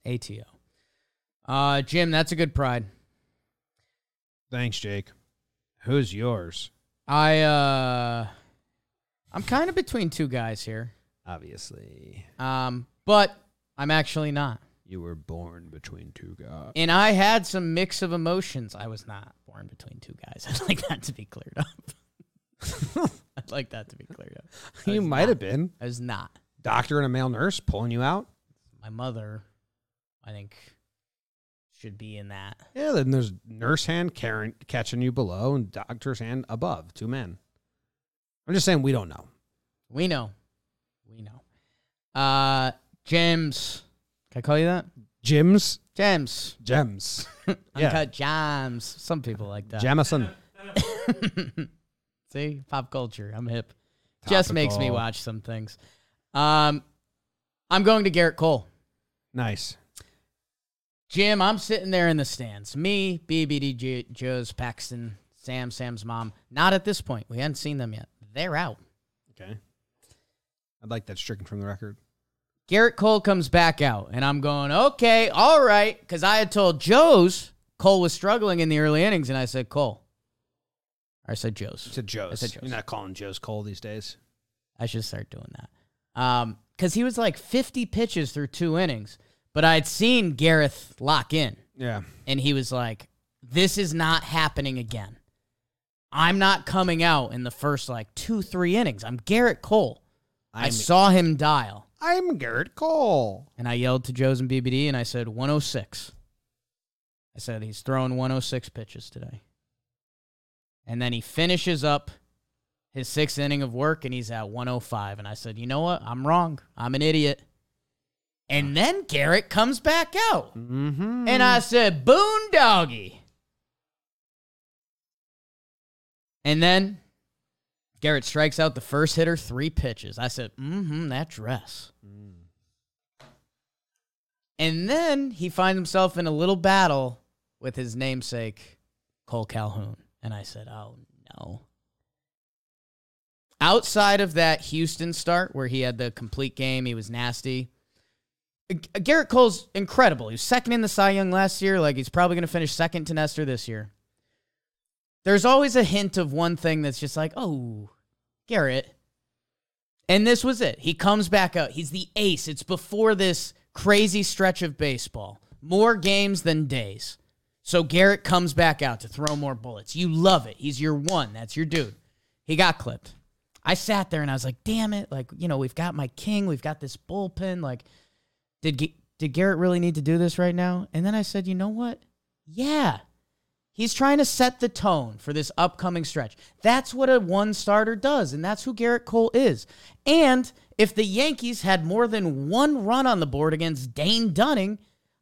Speaker 4: ATO. Uh, Jim, that's a good pride.
Speaker 1: Thanks, Jake. Who's yours?
Speaker 4: I uh, I'm kind of between two guys here.
Speaker 1: Obviously.
Speaker 4: Um, but I'm actually not.
Speaker 1: You were born between two gods.
Speaker 4: And I had some mix of emotions. I was not born between two guys. (laughs) I'd like that to be cleared up. (laughs) I'd like that to be cleared up.
Speaker 1: (laughs)
Speaker 4: I
Speaker 1: (laughs) You
Speaker 4: was
Speaker 1: might have
Speaker 4: not-
Speaker 1: been
Speaker 4: I was not.
Speaker 1: doctor and a male nurse pulling you out.
Speaker 4: My mother, I think, should be in that.
Speaker 1: Yeah, then there's nurse hand carrying, catching you below and doctor's hand above. Two men. I'm just saying we don't know.
Speaker 4: We know. We know. Uh Gems. Can I call you that?
Speaker 1: Gems,
Speaker 4: Gems.
Speaker 1: gems, Yeah.
Speaker 4: Uncut gems. Some people like
Speaker 1: (laughs)
Speaker 4: that.
Speaker 1: Jamison.
Speaker 4: See, pop culture. I'm hip. Just makes me
Speaker 1: Topical.
Speaker 4: watch some things. Um, I'm going to Garrett Cole.
Speaker 1: Nice.
Speaker 4: Jim, I'm sitting there in the stands. Me, BBD, J- Joe's, Paxton, Sam, Sam's mom. Not at this point. We hadn't seen them yet. They're out.
Speaker 1: Okay. I'd like that stricken from the record.
Speaker 4: Garrett Cole comes back out, and I'm going, okay, all right, because I had told Joe's Cole was struggling in the early innings, and I said Cole. Or I said Joe's.
Speaker 1: It's a Joe's.
Speaker 4: It's a Joe's.
Speaker 1: You're not calling Joe's Cole these days.
Speaker 4: I should start doing that. Um, because he was like 50 pitches through two innings, but I'd seen Gareth lock in,
Speaker 1: Yeah.
Speaker 4: and he was like, "This is not happening again. I'm not coming out in the first like two, three innings. I'm Garrett Cole. i
Speaker 1: I'm-
Speaker 4: saw him dial,
Speaker 1: I'm Garrett Cole.
Speaker 4: and I yelled to Joe's and BBD, and I said 106. I said he's thrown 106 pitches today, and then he finishes up his sixth inning of work and he's at 105. And I said, you know what? I'm wrong. I'm an idiot. And then Garrett comes back out.
Speaker 1: Mm-hmm.
Speaker 4: And I said, Boondoggy. And then Garrett strikes out the first hitter three pitches. I said, mm hmm, that dress. And then he finds himself in a little battle with his namesake, Cole Calhoun. And I said, oh no. Outside of that Houston start where he had the complete game, he was nasty. G- Garrett Cole's incredible. He was second in the Cy Young last year. Like he's probably going to finish second to Nestor this year. There's always a hint of one thing that's just like, oh, Garrett. And this was it. He comes back out. He's the ace. It's before this crazy stretch of baseball. More games than days. So Garrett comes back out to throw more bullets. You love it. He's your one. That's your dude. He got clipped. I sat there and I was like, damn it. Like, you know, we've got my king. We've got this bullpen. Like, did Ga- did Garrett really need to do this right now? And then I said, you know what? Yeah. He's trying to set the tone for this upcoming stretch. That's what a one starter does, and that's who Garrett Cole is. And if the Yankees had more than one run on the board against Dane Dunning,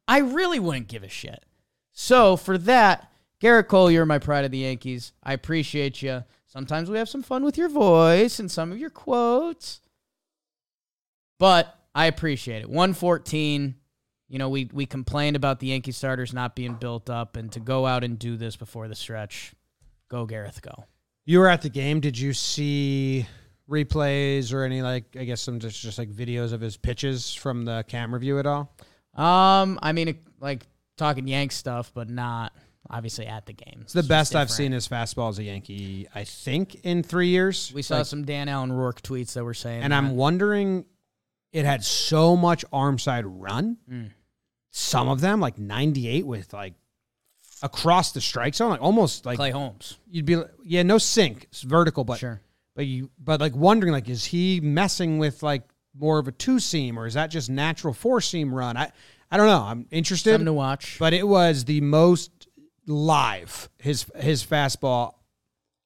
Speaker 4: I really wouldn't give a shit. So for that, Garrett Cole, you're my pride of the Yankees. I appreciate you. Sometimes we have some fun with your voice and some of your quotes but I appreciate it. 114. You know, we we complained about the Yankee starters not being built up, and to go out and do this before the stretch, go Gareth, go.
Speaker 1: You were at the game. Did you see replays or any like I guess some just just like videos of his pitches from the camera view at all?
Speaker 4: Um, I mean, it- like talking Yank stuff, but not obviously at the games.
Speaker 1: It's the best I've seen his fastball as a Yankee, I think, in three years.
Speaker 4: We saw some Dan Allen Rourke tweets that were saying,
Speaker 1: and
Speaker 4: that.
Speaker 1: I'm wondering, it had so much arm side run.
Speaker 4: Mm.
Speaker 1: Some of them, like 98, with like across the strike zone, like almost like
Speaker 4: Clay Holmes.
Speaker 1: you'd be, like- yeah, no sink, it's vertical, but
Speaker 4: Sure.
Speaker 1: but you, but like wondering, like, is he messing with like more of a two seam or is that just natural four seam run? I, I don't know. I'm interested
Speaker 4: Something to watch.
Speaker 1: but it was the most live his his fastball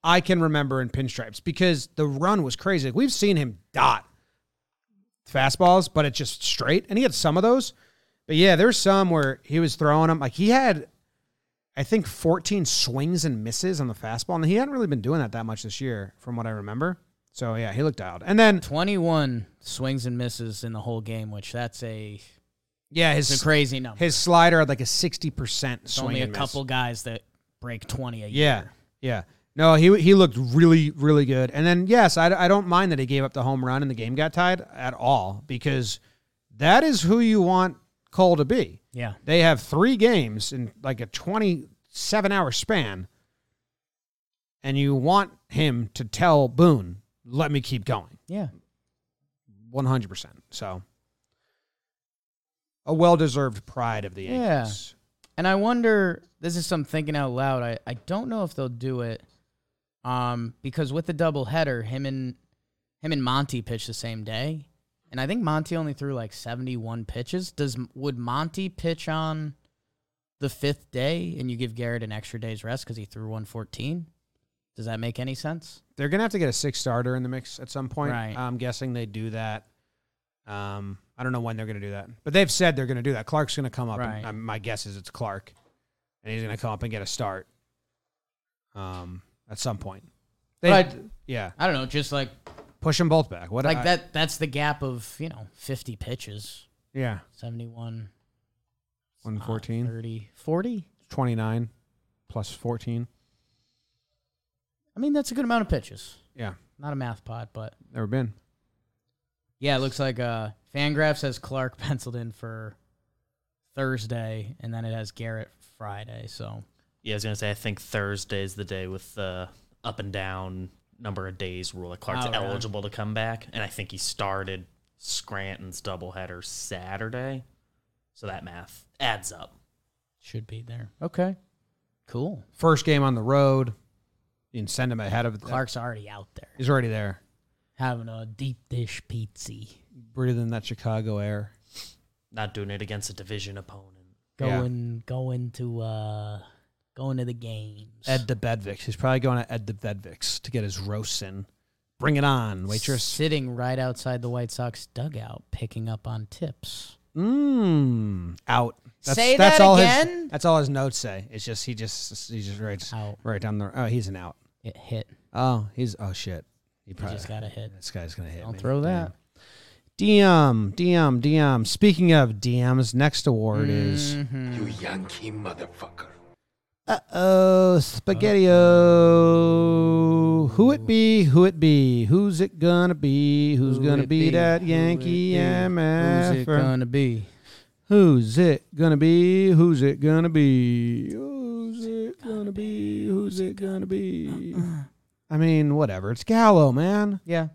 Speaker 1: I can remember in pinstripes because the run was crazy. Like, we've seen him dot fastballs, but it's just straight, and he had some of those. But yeah, there's some where he was throwing them. Like he had, I think, 14 swings and misses on the fastball, and he hadn't really been doing that that much this year, from what I remember. So yeah, he looked dialed. And then
Speaker 4: 21 swings and misses in the whole game, which that's a,
Speaker 1: yeah,
Speaker 4: it's a
Speaker 1: his
Speaker 4: crazy number.
Speaker 1: his slider had like a 60 percent
Speaker 4: It's
Speaker 1: swing.
Speaker 4: only a
Speaker 1: and miss.
Speaker 4: couple guys that break 20 a year.
Speaker 1: Yeah, yeah. No, he he looked really really good. And then yes, I, I don't mind that he gave up the home run and the game got tied at all because that is who you want Cole to be.
Speaker 4: Yeah.
Speaker 1: They have three games in like a twenty seven hour span, and you want him to tell Boone, "Let me keep going."
Speaker 4: Yeah.
Speaker 1: One hundred percent. So a well deserved pride of the Yankees.
Speaker 4: And I wonder, this is some thinking out loud. I, I don't know if they'll do it. Um, because with the doubleheader, him and him and Monty pitched the same day. And I think Monty only threw like 71 pitches. Does would Monty pitch on the fifth day and you give Garrett an extra day's rest because he threw 114? Does that make any sense?
Speaker 1: They're gonna have to get a six starter in the mix at some point.
Speaker 4: Right.
Speaker 1: I'm guessing they do that. Um, I don't know when they're gonna do that, but they've said they're gonna do that. Clark's gonna come up.
Speaker 4: Right.
Speaker 1: And, um, my guess is it's Clark, and he's gonna come up and get a start. Um, at some point. They,
Speaker 4: But I-
Speaker 1: yeah,
Speaker 4: I don't know. Just like
Speaker 1: push them both back. What
Speaker 4: like
Speaker 1: I-
Speaker 4: that. That's the gap of you know 50 pitches,
Speaker 1: Yeah,
Speaker 4: 71, uh,
Speaker 1: 114,
Speaker 4: 30, 40.
Speaker 1: 29, plus 14.
Speaker 4: I mean, that's a good amount of pitches.
Speaker 1: Yeah,
Speaker 4: Not a math pod, but
Speaker 1: never been.
Speaker 4: yeah, it looks like uh, Fangraph says Clark (laughs) penciled in for Thursday, and then it has Garrett Friday. So
Speaker 3: Yeah, I was gonna say I think Thursday's the day with the up and down number of days rule that Clark's
Speaker 4: Oh, really?
Speaker 3: eligible to come back, and I think he started Scranton's doubleheader Saturday, so that math adds up.
Speaker 4: should be there. Okay, cool.
Speaker 1: First game on the road. You can send him ahead of
Speaker 4: Clark's already out there
Speaker 1: He's already there,
Speaker 4: having a deep dish pizza.
Speaker 1: breathing that Chicago air.
Speaker 3: Not doing it against a division opponent.
Speaker 1: Yeah.
Speaker 4: Going going to uh going to the games.
Speaker 1: Ed the Bedvix. He's probably going to Ed the Bedvix to get his roast in. Bring it on, waitress.
Speaker 4: sitting right outside the White Sox dugout picking up on tips.
Speaker 1: Mmm. Out.
Speaker 4: Say that
Speaker 1: all
Speaker 4: again?
Speaker 1: His, that's all his notes say. It's just he just he just writes
Speaker 4: Out.
Speaker 1: right down the. Oh, he's an out.
Speaker 4: It hit.
Speaker 1: Oh, he's oh shit. He
Speaker 4: He
Speaker 1: probably
Speaker 4: just got a hit.
Speaker 1: This guy's gonna hit.
Speaker 4: Don't
Speaker 1: me.
Speaker 4: throw that.
Speaker 1: DM, DM, DM. Speaking of DMs, next award is
Speaker 4: Mm.
Speaker 6: Yankee motherfucker.
Speaker 1: uh oh, Spaghetti-O. Who it be? Who it be? Who's it gonna be? Who's
Speaker 4: Who
Speaker 1: gonna
Speaker 4: it
Speaker 1: be, that
Speaker 4: Who it
Speaker 1: Yankee
Speaker 4: be? Who's
Speaker 1: MF?
Speaker 4: it gonna be?
Speaker 1: Who's it gonna be? Who's it gonna be? Who's it gonna be? Who's it gonna be? I mean, whatever. It's Gallo, man.
Speaker 4: Yeah,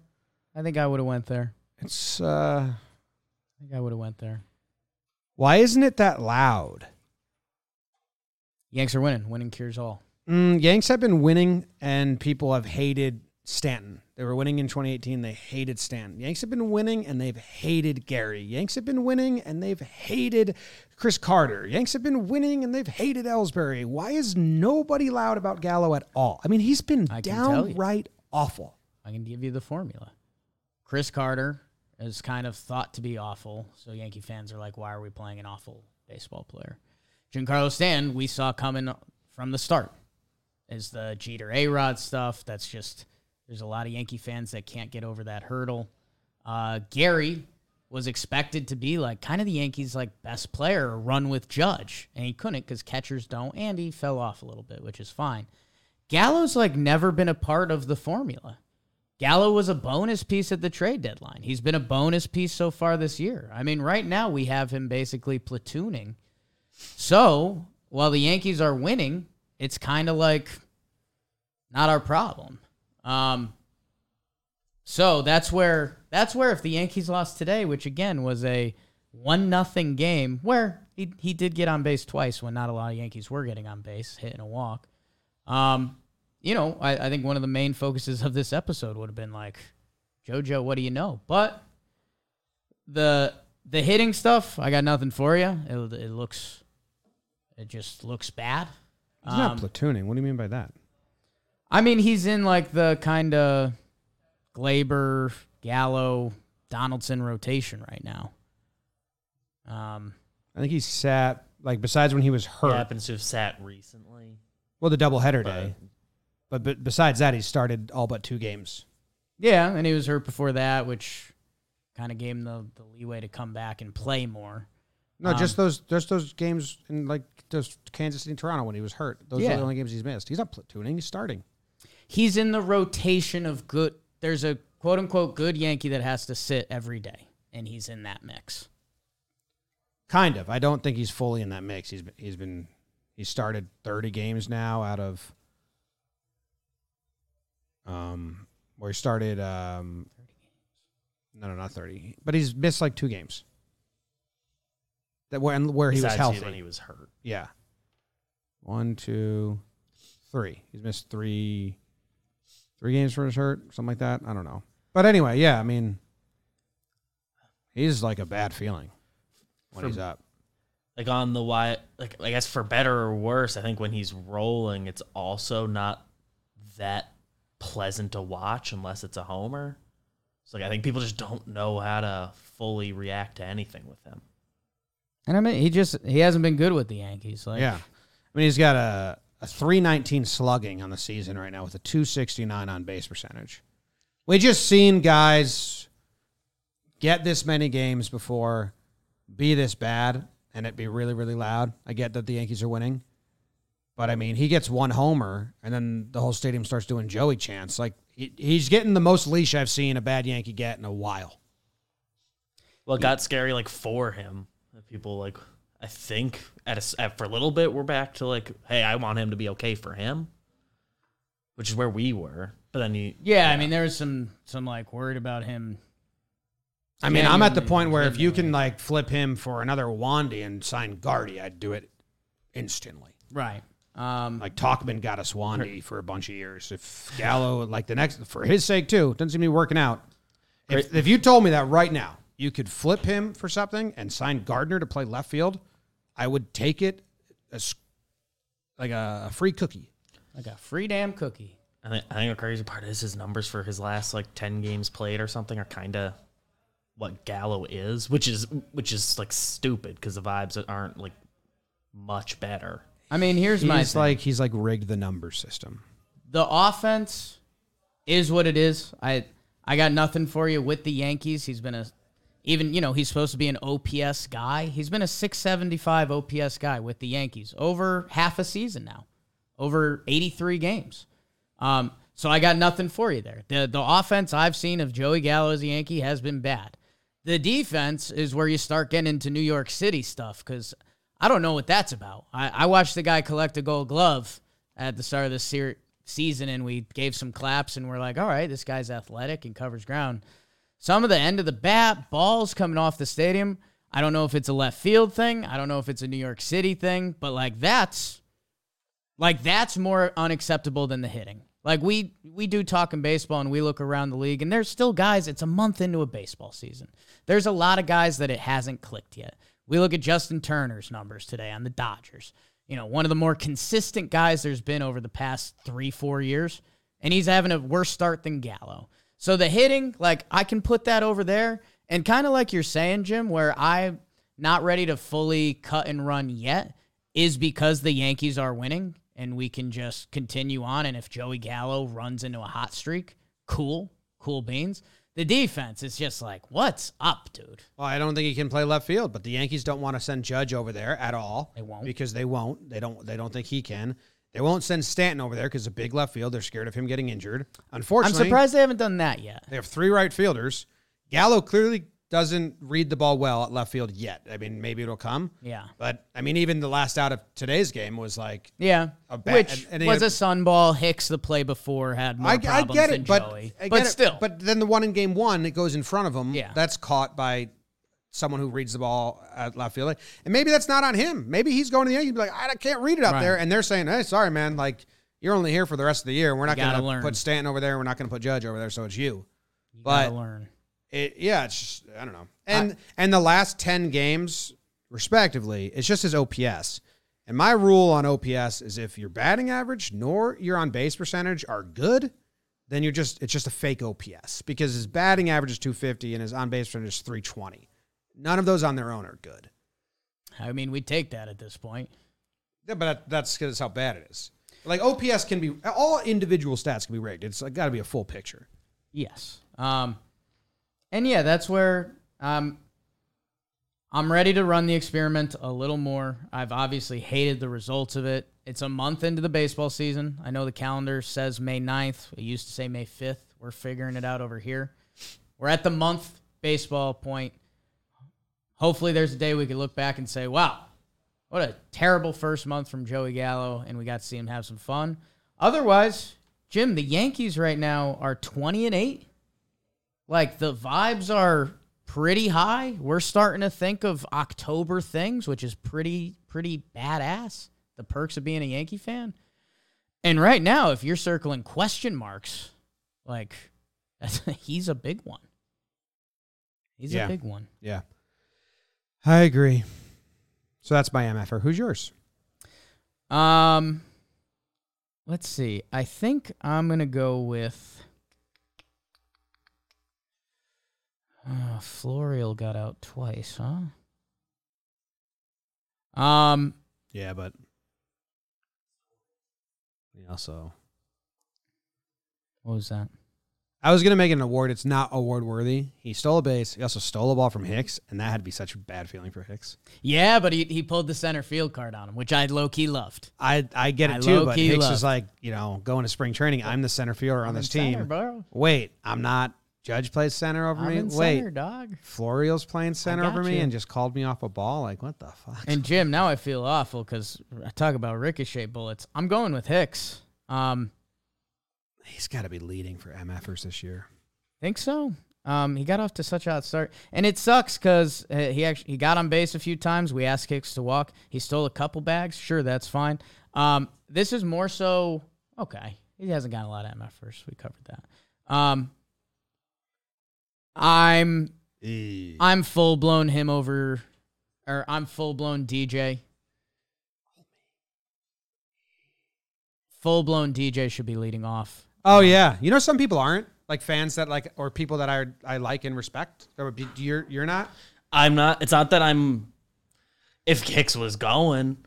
Speaker 4: I think I would have went there.
Speaker 1: It's uh
Speaker 4: I think I would have went there.
Speaker 1: why isn't it that loud?
Speaker 4: Yanks are winning. Winning cures all.
Speaker 1: Mm, Yanks have been winning, and people have hated Stanton. They were winning in 2018. They hated Stanton. Yanks have been winning, and they've hated Gary. Yanks have been winning, and they've hated Chris Carter. Yanks have been winning, and they've hated Ellsbury. Why is nobody loud about Gallo at all? I mean, he's been
Speaker 4: I can tell you.
Speaker 1: downright awful.
Speaker 4: I can give you the formula. Chris Carter is kind of thought to be awful, so Yankee fans are like, "Why are we playing an awful baseball player?" Giancarlo Stanton, we saw coming from the start, is the Jeter A Rod stuff. That's just there's a lot of Yankee fans that can't get over that hurdle. Uh, Gary was expected to be like kind of the Yankees' like best player, or run with Judge, and he couldn't because catchers don't, and he fell off a little bit, which is fine. Gallo's like never been a part of the formula. Gallo was a bonus piece at the trade deadline. He's been a bonus piece so far this year. I mean, right now we have him basically platooning. So while the Yankees are winning, it's kind of like not our problem. Um, so that's where that's where if the Yankees lost today, which again was a one nothing game, where he he did get on base twice when not a lot of Yankees were getting on base, hitting a walk. Um, you know, I, I think one of the main focuses of this episode would have been like, JoJo, what do you know? But the the hitting stuff, I got nothing for you. It, it looks, it just looks bad. Um,
Speaker 1: He's not platooning. What do you mean by that?
Speaker 4: I mean, he's in like the kind of Glaber, Gallo, Donaldson rotation right now. Um,
Speaker 1: I think he sat like besides when he was
Speaker 3: He
Speaker 1: hurt.
Speaker 3: happens to have sat recently.
Speaker 1: Well, the doubleheader
Speaker 3: But-
Speaker 1: day, but, but besides that, he started all but two games.
Speaker 4: yeah, and he was hurt before that, which kind of gave him the, the leeway to come back and play more.
Speaker 1: No,
Speaker 4: Um,
Speaker 1: just those just those games in like just Kansas City and Toronto when he was hurt. Those are
Speaker 4: Yeah.
Speaker 1: the only games he's missed. He's not platooning, he's starting.
Speaker 4: he's in the rotation of good. There's a quote unquote good Yankee that has to sit every day, and he's in that mix.
Speaker 1: Kind of. I don't think he's fully in that mix. He's been he's been he started 30 games now out of um where he started um no no not 30. But he's missed like two games. that when where he was
Speaker 3: Besides
Speaker 1: healthy.
Speaker 3: when he was hurt.
Speaker 1: Yeah. One, two, three. He's missed three, three games for his hurt, something like that. I don't know. But anyway, yeah. I mean, he's like a bad feeling when
Speaker 3: For-
Speaker 1: he's up.
Speaker 3: Like on the why, like I guess for better or worse, I think when he's rolling, it's also not that pleasant to watch unless it's a homer. So like I think people just don't know how to fully react to anything with him.
Speaker 4: And I mean, he just he hasn't been good with the Yankees. Like,
Speaker 1: Yeah. I mean, he's got a a three nineteen slugging on the season right now with a two sixty nine on base percentage. We just seen guys get this many games before, be this bad, and it be really really loud. I get that the Yankees are winning, but I mean, he gets one homer, and then the whole stadium starts doing Joey chants. Like he, he's getting the most leash I've seen a bad Yankee get in a while.
Speaker 3: Well, it got scary like for him. People like I think at, a s at for a little bit we're back to like, hey, I want him to be okay for him, which is where we were. But then you,
Speaker 4: yeah. I mean, there was some some like worried about him.
Speaker 1: I mean, I'm at the point where if you
Speaker 4: Genuinely.
Speaker 1: can like flip him for another Wandy and sign Guardy, I'd do it instantly.
Speaker 4: Right. Um.
Speaker 1: Like Talkman got us Wandy for a bunch of years. If Gallo, like the next, for his sake too, doesn't seem to be working out. If, if you told me that right now, you could flip him for something and sign Gardner to play left field, I would take it as like a free cookie.
Speaker 4: like a free damn cookie.
Speaker 3: I think, I think the crazy part is his numbers for his last like ten games played or something are kind of what Gallo is, which is which is like stupid because the vibes aren't like much better.
Speaker 4: I mean, here's
Speaker 1: He's
Speaker 4: my like
Speaker 1: like he's like rigged the number system.
Speaker 4: the offense is what it is. I I got nothing for you with the Yankees. He's been a even you know he's supposed to be an OPS guy. He's been a 675 OPS guy with the Yankees over half a season now, over 83 games. Um, so I got nothing for you there. The the offense I've seen of Joey Gallo as a Yankee has been bad. The defense is where you start getting into New York City stuff because I don't know what that's about. I, I watched the guy collect a Gold Glove at the start of this ser- season, and we gave some claps and we're like, all right, this guy's athletic and covers ground. Some of the end of the bat, balls coming off the stadium. I don't know if it's a left field thing. I don't know if it's a New York City thing, but like that's like that's more unacceptable than the hitting. Like we we do talk in baseball and we look around the league and there's still guys. It's a month into a baseball season. There's a lot of guys that it hasn't clicked yet. We look at Justin Turner's numbers today on the Dodgers. You know, one of the more consistent guys there's been over the past three four years, and he's having a worse start than Gallo. So the hitting, like I can put that over there, and kind of like you're saying, Jim, where I'm not ready to fully cut and run yet is because the Yankees are winning and we can just continue on. And if Joey Gallo runs into a hot streak, cool, cool beans. The defense is just like, what's up, dude?
Speaker 1: Well, I don't think he can play left field, but the Yankees don't want to send Judge over there at all.
Speaker 4: They won't.
Speaker 1: because they won't. They don't. They don't think he can. They won't send Stanton over there because a big left field. They're scared of him getting injured.
Speaker 4: I'm
Speaker 1: Unfortunately,
Speaker 4: surprised they haven't done that yet.
Speaker 1: They have three right fielders. Gallo clearly doesn't read the ball well at left field yet. I mean, maybe it'll come.
Speaker 4: Yeah.
Speaker 1: But I mean, even the last out of today's game was like,
Speaker 4: Yeah.
Speaker 1: A bat-
Speaker 4: Which
Speaker 1: and- and he
Speaker 4: was
Speaker 1: had-
Speaker 4: a sunball. Hicks, the play before, had more
Speaker 1: I, I
Speaker 4: problems
Speaker 1: get
Speaker 4: than
Speaker 1: it, but
Speaker 4: Joey.
Speaker 1: I
Speaker 4: but
Speaker 1: get it,
Speaker 4: still.
Speaker 1: but then the one in game one, it goes in front of him.
Speaker 4: Yeah.
Speaker 1: that's caught by someone who reads the ball at left field, and maybe that's not on him. Maybe he's going to the end. He'd be like, I can't read it out
Speaker 4: Right.
Speaker 1: there, and they're saying, Hey, sorry, man, like you're only here for the rest of the year. We're not
Speaker 4: gotta
Speaker 1: going to
Speaker 4: learn.
Speaker 1: put Stanton over there. We're not going to put Judge over there. So it's you.
Speaker 4: you
Speaker 1: but-
Speaker 4: gotta learn.
Speaker 1: It, yeah, it's just, I don't know. And and the last 10 games respectively, it's just his OPS. And my rule on OPS is if your batting average nor your on base percentage are good, then you're just it's just a fake OPS because his batting average is 250 and his on base percentage is 320. None of those on their own are good.
Speaker 4: I mean, we take that at this point.
Speaker 1: Yeah, but that, that's because how bad it is. Like OPS can be all individual stats can be rigged. It's got to be a full picture.
Speaker 4: Yes. Um, and yeah, that's where um, I'm ready to run the experiment a little more. I've obviously hated the results of it. It's a month into the baseball season. I know the calendar says May 9th. It used to say May 5th. We're figuring it out over here. We're at the month baseball point. Hopefully, there's a day we can look back and say, wow, what a terrible first month from Joey Gallo, and we got to see him have some fun. Otherwise, Jim, the Yankees right now are 20 and 8. Like the vibes are pretty high. We're starting to think of October things, which is pretty pretty badass. The perks of being a Yankee fan. And right now, if you're circling question marks, like (laughs) that's, he's a big one. He's
Speaker 1: Yeah.
Speaker 4: a big one.
Speaker 1: Yeah. I agree. So that's my MFR. Who's yours?
Speaker 4: Um, let's see. I think I'm gonna go with. Uh, Florial got out twice, huh? Um,
Speaker 1: Yeah, but we also
Speaker 4: what was that?
Speaker 1: I was gonna make an award. It's not award worthy. He stole a base. He also stole a ball from Hicks, and that had to be such a bad feeling for Hicks.
Speaker 4: Yeah, but he he pulled the center field card on him, which I low key loved.
Speaker 1: I I get it
Speaker 4: I
Speaker 1: too, but
Speaker 4: low-key
Speaker 1: Hicks
Speaker 4: love.
Speaker 1: is like you know going to spring training. I'm the center fielder on this team.
Speaker 4: Center, bro.
Speaker 1: Wait, I'm not. Judge plays center over
Speaker 4: I'm
Speaker 1: me.
Speaker 4: in
Speaker 1: Wait,
Speaker 4: center, dog.
Speaker 1: Florial's playing center
Speaker 4: got
Speaker 1: over me
Speaker 4: you.
Speaker 1: and just called me off a ball. Like what the fuck?
Speaker 4: And Jim, now I feel awful because I talk about ricochet bullets. I'm going with Hicks. Um,
Speaker 1: He's got to be leading for MFers this year.
Speaker 4: Think so. Um, he got off to such a hot start, and it sucks because he actually he got on base a few times. We asked Hicks to walk. He stole a couple bags. Sure, that's fine. Um, this is more so okay. He hasn't gotten a lot of MFers. We covered that. Um, I'm
Speaker 1: Eh.
Speaker 4: I'm full blown him over, or I'm full blown DJ. Full blown DJ should be leading off.
Speaker 1: Oh yeah, you know some people aren't like fans that like or people that I I like and respect. Or be- You're you're not.
Speaker 3: I'm not. It's not that I'm. If Hicks was going,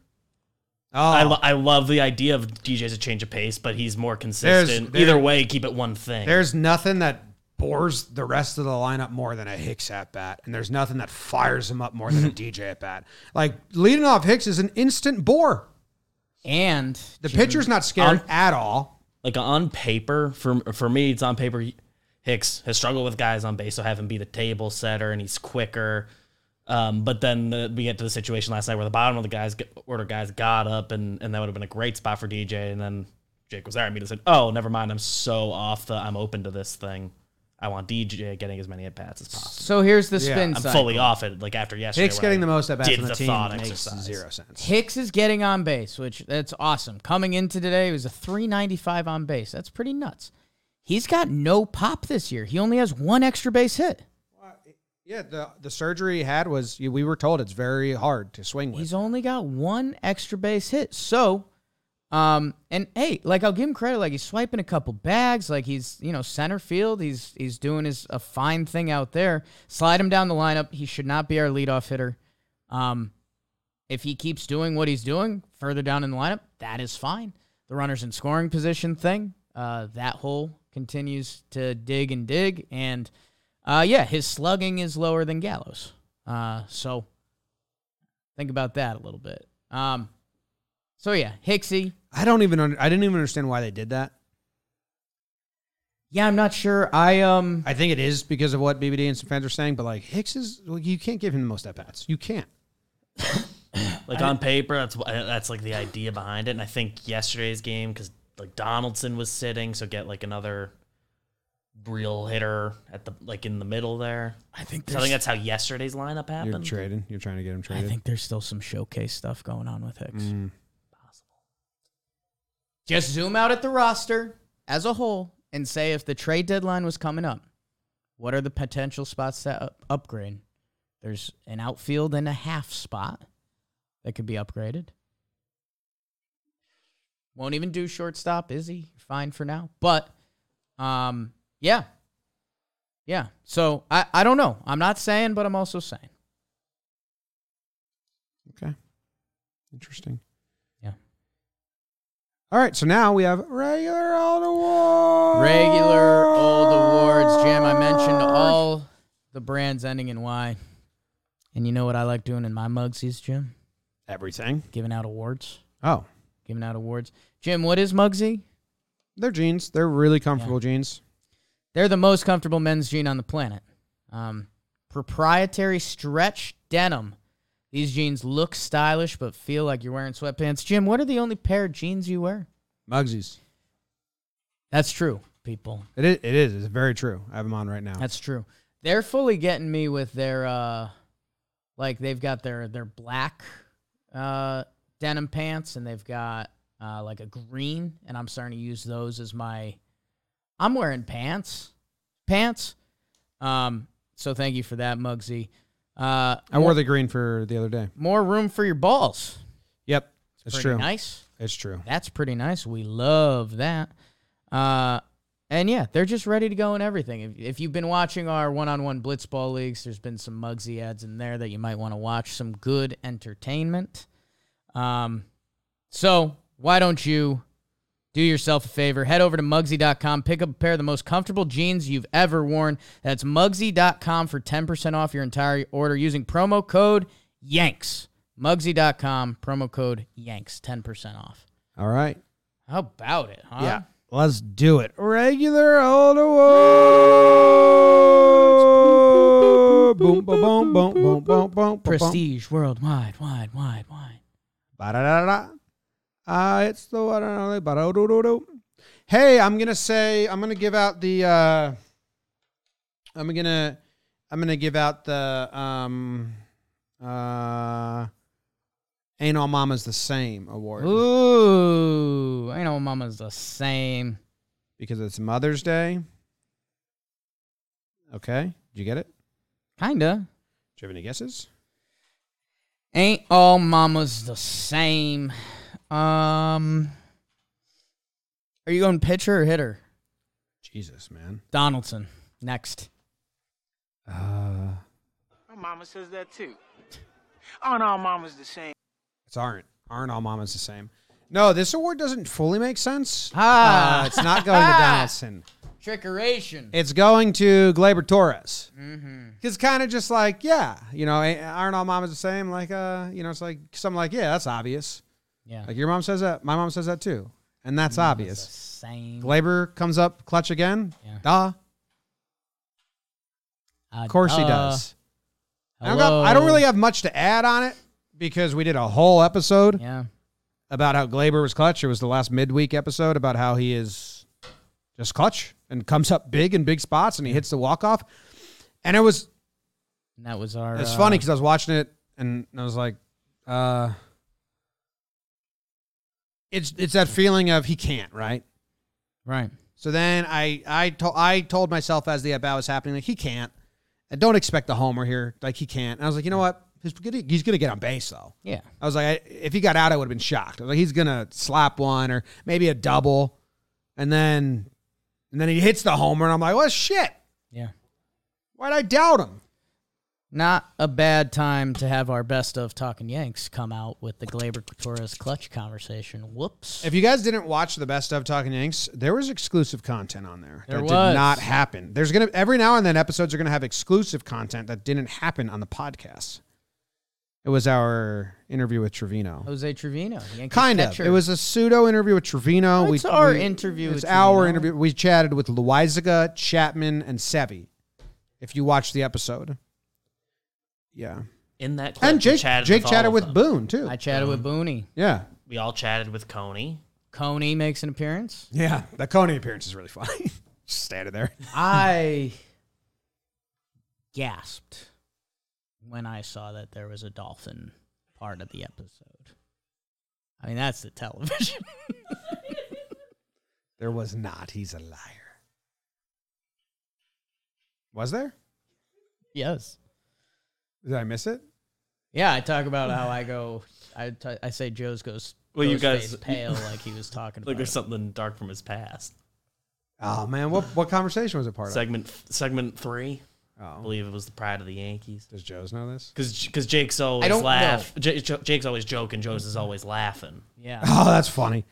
Speaker 1: Oh,
Speaker 3: I, lo- I love the idea of DJ's a change of pace, but he's more consistent.
Speaker 1: there-
Speaker 3: Either way, keep it one thing.
Speaker 1: there's nothing that bores the rest of the lineup more than a Hicks at bat, and there's nothing that fires him up more
Speaker 3: (laughs)
Speaker 1: than a DJ at bat. Like leading off Hicks is an instant bore.
Speaker 4: And
Speaker 1: The pitcher's not scared
Speaker 3: Um,
Speaker 1: at all.
Speaker 3: like on paper for for me it's on paper hicks has struggled with guys on base so have him be the table setter and he's quicker um, but then the, we get to the situation last night where the bottom of the guys order guys got up and, and that would have been a great spot for dj and then jake was there and me said oh never mind i'm so off the i'm open to this thing i want dj getting as many at bats as possible
Speaker 4: So here's the
Speaker 1: Yeah,
Speaker 4: spin
Speaker 1: I'm
Speaker 3: i'm
Speaker 4: cycle.
Speaker 3: fully off it like after yesterday
Speaker 1: Hicks
Speaker 3: when
Speaker 1: getting
Speaker 3: I
Speaker 1: the most at bats
Speaker 3: did
Speaker 1: on the,
Speaker 3: the
Speaker 1: team
Speaker 3: thought
Speaker 1: makes
Speaker 3: exercise.
Speaker 1: zero sense.
Speaker 4: Hicks is getting on base, which that's awesome. Coming into today, it was a 395 on base. That's pretty nuts. He's got no pop this year. He only has one extra base hit.
Speaker 1: Yeah, the the surgery he had was we were told it's very hard to swing with.
Speaker 4: He's only got one extra base hit. So, um, and hey, like I'll give him credit. Like he's swiping a couple bags. Like he's you know center field. He's he's doing his a fine thing out there. Slide him down the lineup. He should not be our leadoff hitter. Um, if he keeps doing what he's doing further down in the lineup, that is fine. The runners in scoring position thing, uh, that hole continues to dig and dig, and uh, yeah, his slugging is lower than Gallows. Uh, so Think about that a little bit. Um, so yeah, Hicksy.
Speaker 1: I don't even under, I didn't even understand why they did that.
Speaker 4: Yeah, I'm not sure. I um,
Speaker 1: I think it is because of what BBD and some fans are saying, but like Hicks is like, you can't give him the most at bats. You can't.
Speaker 3: Like on paper, that's wh- uh, that's like the idea behind it. And I think yesterday's game because like Donaldson was sitting, so get like another real hitter at the like in the middle there.
Speaker 4: I think
Speaker 3: So I think that's how yesterday's lineup happened.
Speaker 1: trading. You're trying to get him Mm,
Speaker 4: I think there's still some showcase stuff going on with Hicks. Just zoom out at the roster as a whole and say if the trade deadline was coming up, what are the potential spots to up- upgrade? There's an outfield and a half spot that could be upgraded. Won't even do shortstop, is he? Fine for now. But um yeah. Yeah. So I, I don't know. I'm not saying, but I'm also saying.
Speaker 1: Okay. Interesting.
Speaker 4: Yeah.
Speaker 1: All right. So now we have regular old awards.
Speaker 4: Regular old awards, Jim. I mentioned
Speaker 1: Oh.
Speaker 4: all the brands ending in Y. And you know what I like doing in my Mugsies, Jim?
Speaker 1: everything.
Speaker 4: Giving out awards.
Speaker 1: Oh,
Speaker 4: Giving out awards. Jim, what is Mugsy?
Speaker 1: they're jeans. They're really comfortable jeans.
Speaker 4: They're the most comfortable men's jean on the planet. Um, proprietary stretch denim. These jeans look stylish but feel like you're wearing sweatpants. Jim, what are the only pair of jeans you wear?
Speaker 1: Mugsies.
Speaker 4: That's true, people.
Speaker 1: It is. It is. It's very true. I have them on right now.
Speaker 4: That's true. They're fully getting me with their uh like they've got their their black uh denim pants and they've got uh like a green and I'm starting to use those as my I'm wearing pants. Pants. Um so thank you for that, Muggsy. Uh
Speaker 1: I wore the green for the other day.
Speaker 4: more room for your balls.
Speaker 1: Yep, it's
Speaker 4: Pretty
Speaker 1: true.
Speaker 4: nice.
Speaker 1: It's true.
Speaker 4: That's pretty nice. We love that. Uh, and yeah, they're just ready to go and everything. If, if you've been watching our one on one blitzball leagues, there's been some Mugsy ads in there that you might want to watch. Some good entertainment. Um, so why don't you do yourself a favor? Head over to Mugsy.com, pick up a pair of the most comfortable jeans you've ever worn. That's Mugsy.com for 10% off your entire order using promo code YANKS. Mugsy.com, promo code YANKS, 10% off.
Speaker 1: All right.
Speaker 4: How about it, huh?
Speaker 1: Yeah. Let's do it. Regular old award. Boom, boom, boom, boom, boom, boom, boom.
Speaker 4: Prestige worldwide, wide, wide, wide.
Speaker 1: Ba-da-da-da. Uh, it's the I don't know, ba-da-do-do-do. Hey, I'm gonna say I'm gonna give out the uh, I'm gonna I'm gonna give out the um uh Ain't All Mama's the Same award
Speaker 4: Ooh, I know mama's the same.
Speaker 1: because it's Mother's Day. Okay, did you get it?
Speaker 4: Kinda.
Speaker 1: Do you have any guesses?
Speaker 4: Ain't all mamas the same. Um Are you going pitcher or hitter?
Speaker 1: Jesus, man.
Speaker 4: Donaldson. Next.
Speaker 1: Uh
Speaker 7: My mama says that too. (laughs) Aren't all mamas the same?
Speaker 1: It's aren't aren't all mamas the same. No, this award doesn't fully make sense.
Speaker 4: Ah.
Speaker 1: Uh, it's not going to Donaldson.
Speaker 4: (laughs) Trickeration. Mm-hmm.
Speaker 1: It's going to Glaber Torres.
Speaker 4: Mm.
Speaker 1: It's kind of just like, yeah, you know, ain't- aren't all mamas the same? Like, uh, you know, it's like something like, yeah, that's obvious.
Speaker 4: Yeah.
Speaker 1: Like your mom says that, my mom says that too, and
Speaker 4: Mm,
Speaker 1: that's obvious.
Speaker 4: Same.
Speaker 1: Glaber comes up clutch again.
Speaker 4: Yeah.
Speaker 1: Duh,
Speaker 4: Uh,
Speaker 1: of course he
Speaker 4: duh.
Speaker 1: does. I don't, got- I don't
Speaker 4: Hello.
Speaker 1: really have much to add on it because we did a whole episode
Speaker 4: Yeah.
Speaker 1: about how Glaber was clutch. It was the last midweek episode about how he is just clutch and comes up big in big spots and he hits the walk off. And it was
Speaker 4: And that was our
Speaker 1: it's
Speaker 4: uh,
Speaker 1: funny because I was watching it and I was like, uh, it's it's that feeling of he can't right.
Speaker 4: Right.
Speaker 1: So then I I told I told myself as the at bat was happening like he can't. And don't expect the homer here. Like he can't. And I was like, you know what? He's gonna, he's gonna get on base though.
Speaker 4: Yeah.
Speaker 1: I was like, I, if he got out, I would have been shocked. I was like, he's gonna slap one or maybe a double, and then and then he hits the homer, and I'm like, well, shit.
Speaker 4: Yeah.
Speaker 1: Why'd I doubt him?
Speaker 4: Not a bad time to have our best of talking Yanks come out with the Glaber Torres clutch conversation. Whoops.
Speaker 1: If you guys didn't watch the best of Talking Yanks, there was exclusive content on there.
Speaker 4: There
Speaker 1: that
Speaker 4: was.
Speaker 1: did not happen. There's gonna every now and then episodes are gonna have exclusive content that didn't happen on the podcast. It was our interview with Trevino.
Speaker 4: Jose Trevino, Yankees
Speaker 1: Kind
Speaker 4: catcher.
Speaker 1: of. It was a pseudo interview with Trevino.
Speaker 4: It's our interview
Speaker 1: It's
Speaker 4: with
Speaker 1: our
Speaker 4: Trevino.
Speaker 1: interview. We chatted with Loizaga, Chapman, and Sevi. If you watch the episode, yeah,
Speaker 3: In that clip,
Speaker 1: and
Speaker 3: we
Speaker 1: Jake
Speaker 3: chatted
Speaker 1: Jake
Speaker 3: all
Speaker 1: chatted
Speaker 3: of
Speaker 1: with
Speaker 3: them.
Speaker 1: Boone too.
Speaker 4: I chatted with Booney.
Speaker 1: yeah,
Speaker 3: We all chatted with Coney.
Speaker 4: Coney makes an appearance.
Speaker 1: yeah. That Coney appearance is really funny. (laughs) Just standing there.
Speaker 4: I gasped when I saw that there was a dolphin part of the episode. I mean, that's the television. (laughs)
Speaker 1: There was not. He's a liar. Was there?
Speaker 4: yes.
Speaker 1: Did I miss it?
Speaker 4: Yeah, I talk about how I go. I t- I say Joe's goes.
Speaker 3: Well, you
Speaker 4: Ghostface
Speaker 3: guys-
Speaker 4: pale like he was talking
Speaker 3: (laughs)
Speaker 4: about.
Speaker 3: Like there's
Speaker 4: it.
Speaker 3: something dark from his past.
Speaker 1: Oh man, what what conversation was it part of?
Speaker 3: Segment segment three, I
Speaker 1: Oh,
Speaker 3: believe it was the pride of the Yankees.
Speaker 1: does Joe's know this?
Speaker 3: Because because Jake's always
Speaker 4: don't
Speaker 3: laugh. J- J- Jake's always joking. Joe's is always laughing.
Speaker 4: Yeah.
Speaker 1: Oh, that's funny.